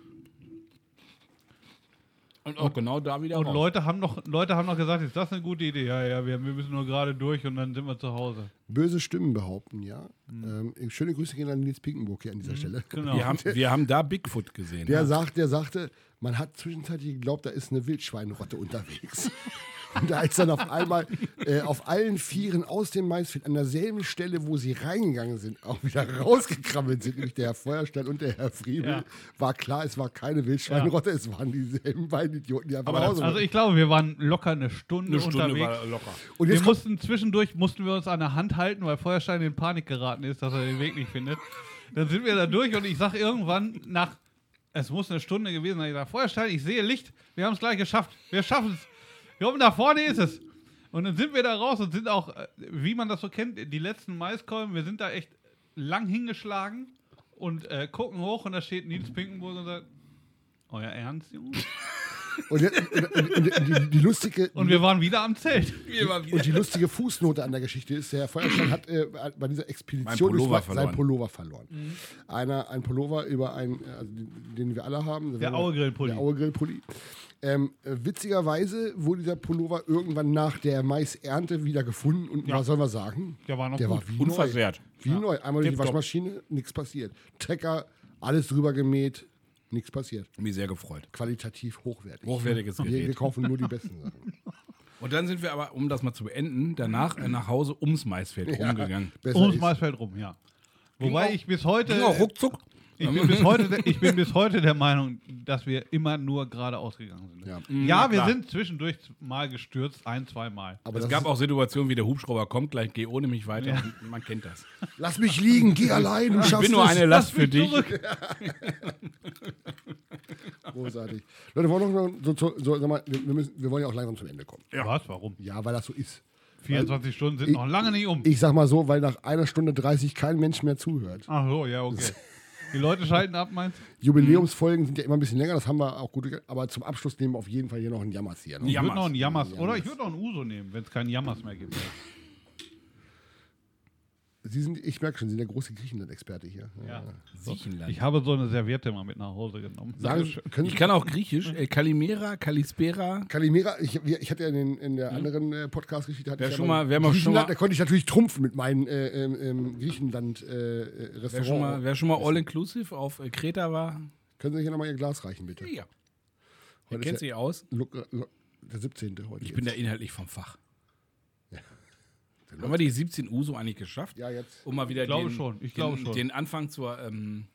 Und auch genau da wieder Und raus. Leute haben noch, Leute haben noch gesagt, ist das eine gute Idee? Ja, ja, wir, wir müssen nur gerade durch und dann sind wir zu Hause. Böse Stimmen behaupten, ja. Ähm, schöne Grüße gehen an Nils Pinkenburg hier an dieser Stelle. Mhm. Genau. Wir haben, wir haben da Bigfoot gesehen. Der, sagt, der sagte, man hat zwischenzeitlich geglaubt, da ist eine Wildschweinrotte unterwegs. Und da ist dann auf einmal äh, auf allen Vieren aus dem Maisfeld, an derselben Stelle, wo sie reingegangen sind, auch wieder rausgekrabbelt sind, nämlich der Herr Feuerstein und der Herr Friebel, Ja. war klar, es war keine Wildschweinrotte, es waren dieselben beiden Idioten, die einfach nach Hause also ich glaube, wir waren locker eine Stunde, Eine Stunde unterwegs. war locker. Und wir jetzt kommt, mussten zwischendurch mussten wir uns an der Hand halten, weil Feuerstein in Panik geraten ist, dass er den Weg nicht findet. Dann sind wir da durch und ich sage irgendwann nach, es muss eine Stunde gewesen sein, ich sage, Feuerstein, ich sehe Licht, wir haben es gleich geschafft, wir schaffen es. Hier oben da vorne ist es. Und dann sind wir da raus und sind auch, äh, wie man das so kennt, die letzten Maiskolben, wir sind da echt lang hingeschlagen und äh, gucken hoch und da steht Nils Pinkenburg und sagt, euer Ernst, Junge? und, jetzt- und, und, und die, die lustige, Und wir waren wieder am Zelt. Und die lustige Fußnote an der Geschichte ist, der Herr Feuerstein hat äh, bei dieser Mein Expedition Pullover durchs Wa- verloren. seinen Pullover verloren. Einer, ein Pullover über einen, äh, also den den wir alle haben. Der Auegrill-Pulli. Der Auegrill-Pulli. Ähm, äh, witzigerweise wurde dieser Pullover irgendwann nach der Maisernte wieder gefunden und was sollen wir sagen? Der war noch der gut. war wie Unversehrt. Neu. Wie neu. Einmal durch die Tipptopp. Waschmaschine, nichts passiert. Trecker, alles drüber gemäht, nichts passiert. Mich sehr gefreut. Qualitativ hochwertig. Hochwertiges Wir, wir Gerät. kaufen nur die besten Sachen. Und dann sind wir aber, um das mal zu beenden, danach äh, nach Hause ums Maisfeld rumgegangen. Besser Ums ist- Maisfeld rum, ja. Wobei auch- ich bis heute. Ging auch ruckzuck. Ich ne? bin, bis heute, der- ich bin bis heute der Meinung, dass wir immer nur geradeaus gegangen sind. Ja. Ja, wir Mhm, klar. sind zwischendurch mal gestürzt, ein, zwei Mal. Aber Es das gab ist- auch Situationen, wie der Hubschrauber kommt, gleich geh ohne mich weiter. Ja. Und Man kennt das. Lass mich liegen, geh allein, du Ich schaffst bin nur es. eine Last für dich. Großartig. Leute, wollen wir noch so, so, so, sag mal, wir, wir müssen, wir wollen ja auch langsam zum Ende kommen. Ja. Was? Warum? Ja, weil das so ist. 24 Stunden sind ich- noch lange nicht um. Ich sag mal so, weil nach einer Stunde 30 kein Mensch mehr zuhört. Ach so, ja, okay. Die Leute schalten ab, meinst du? Jubiläumsfolgen sind ja immer ein bisschen länger, das haben wir auch gut. ge- Aber zum Abschluss nehmen wir auf jeden Fall hier noch einen Jammers hier. Ne? Ich würde Jammers. noch einen Jammers. Jammers. Oder ich würde noch einen Uso nehmen, wenn es keinen Jammers mehr gibt. Sie sind, ich merke schon, Sie sind der große Griechenland-Experte hier. Ja. Siechenland. Ich habe so eine Serviette mal mit nach Hause genommen. Sagen Sie, können Ich Sie, kann auch Griechisch. Äh, Kalimera, Kalispera. Kalimera, ich, wir- ich hatte ja in, den, in der anderen äh, Podcast-Geschichte. hatte Wär ich ja Hm. schon mal- wär mal schon Griechenland, mal- Da konnte ich natürlich trumpfen mit meinem äh, Griechenland-Restaurant. Wer schon mal, wer schon mal all-inclusive auf äh, Kreta war, Können Sie hier nochmal Ihr Glas reichen, bitte? ja. Heute Er ist kennt ja sich aus. Lu- Lu- äh, der 17. heute. Ich bin da jetzt. inhaltlich vom Fach. Ja. Haben wir die 17 Uhr so eigentlich E- geschafft? Ja, jetzt. Um mal wieder Ich glaube den, schon, ich glaube den, schon. den Anfang zur ähm,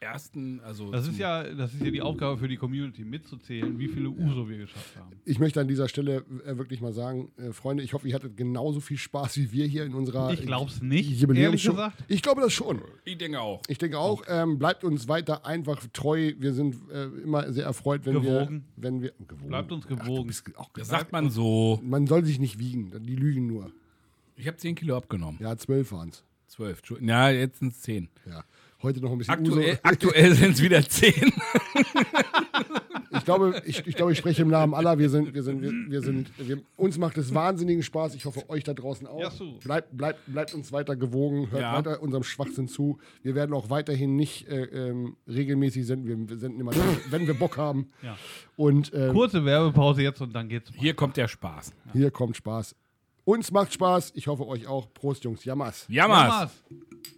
ersten, also Das zum- ist, ja, das ist ja die Aufgabe für die Community, mitzuzählen, wie viele Uso wir geschafft haben. Ich möchte an dieser Stelle äh, wirklich mal sagen, äh, Freunde, ich hoffe, ihr hattet genauso viel Spaß wie wir hier in unserer. äh, Ich glaub's nicht, ehrlich Jubiläumsshow. gesagt. Ich glaube das schon. ich denke auch. Ich denke auch, ähm, bleibt uns weiter einfach treu. Wir sind äh, immer sehr erfreut, wenn Gewogen. wir. Wenn wir gewogen. Bleibt uns Ach, du gewogen. bist ge- auch Das gesagt. sagt man so. Man soll sich nicht wiegen, die lügen nur. Ich habe 10 Kilo abgenommen. Ja, zwölf waren es. 12. Entschu- Na, jetzt sind es 10. Ja. Heute noch ein bisschen Aktuell, Uso. aktuell sind es wieder 10. Ich glaube, ich, ich glaube, ich spreche im Namen aller. Wir sind, wir sind, wir, wir sind, wir, uns macht es wahnsinnigen Spaß. Ich hoffe, euch da draußen auch. Ja, so. Bleibt, bleibt, bleibt uns weiter gewogen. Hört Ja. weiter unserem Schwachsinn zu. Wir werden auch weiterhin nicht äh, ähm, regelmäßig senden. Wir, wir senden immer, dann, wenn wir Bock haben. Ja. Und ähm, Kurze Werbepause jetzt und dann geht's. Hier kommt der Spaß. hier kommt Spaß. Uns macht Spaß. Ich hoffe, euch auch. Prost, Jungs. Jammers. Jammers. Jammers.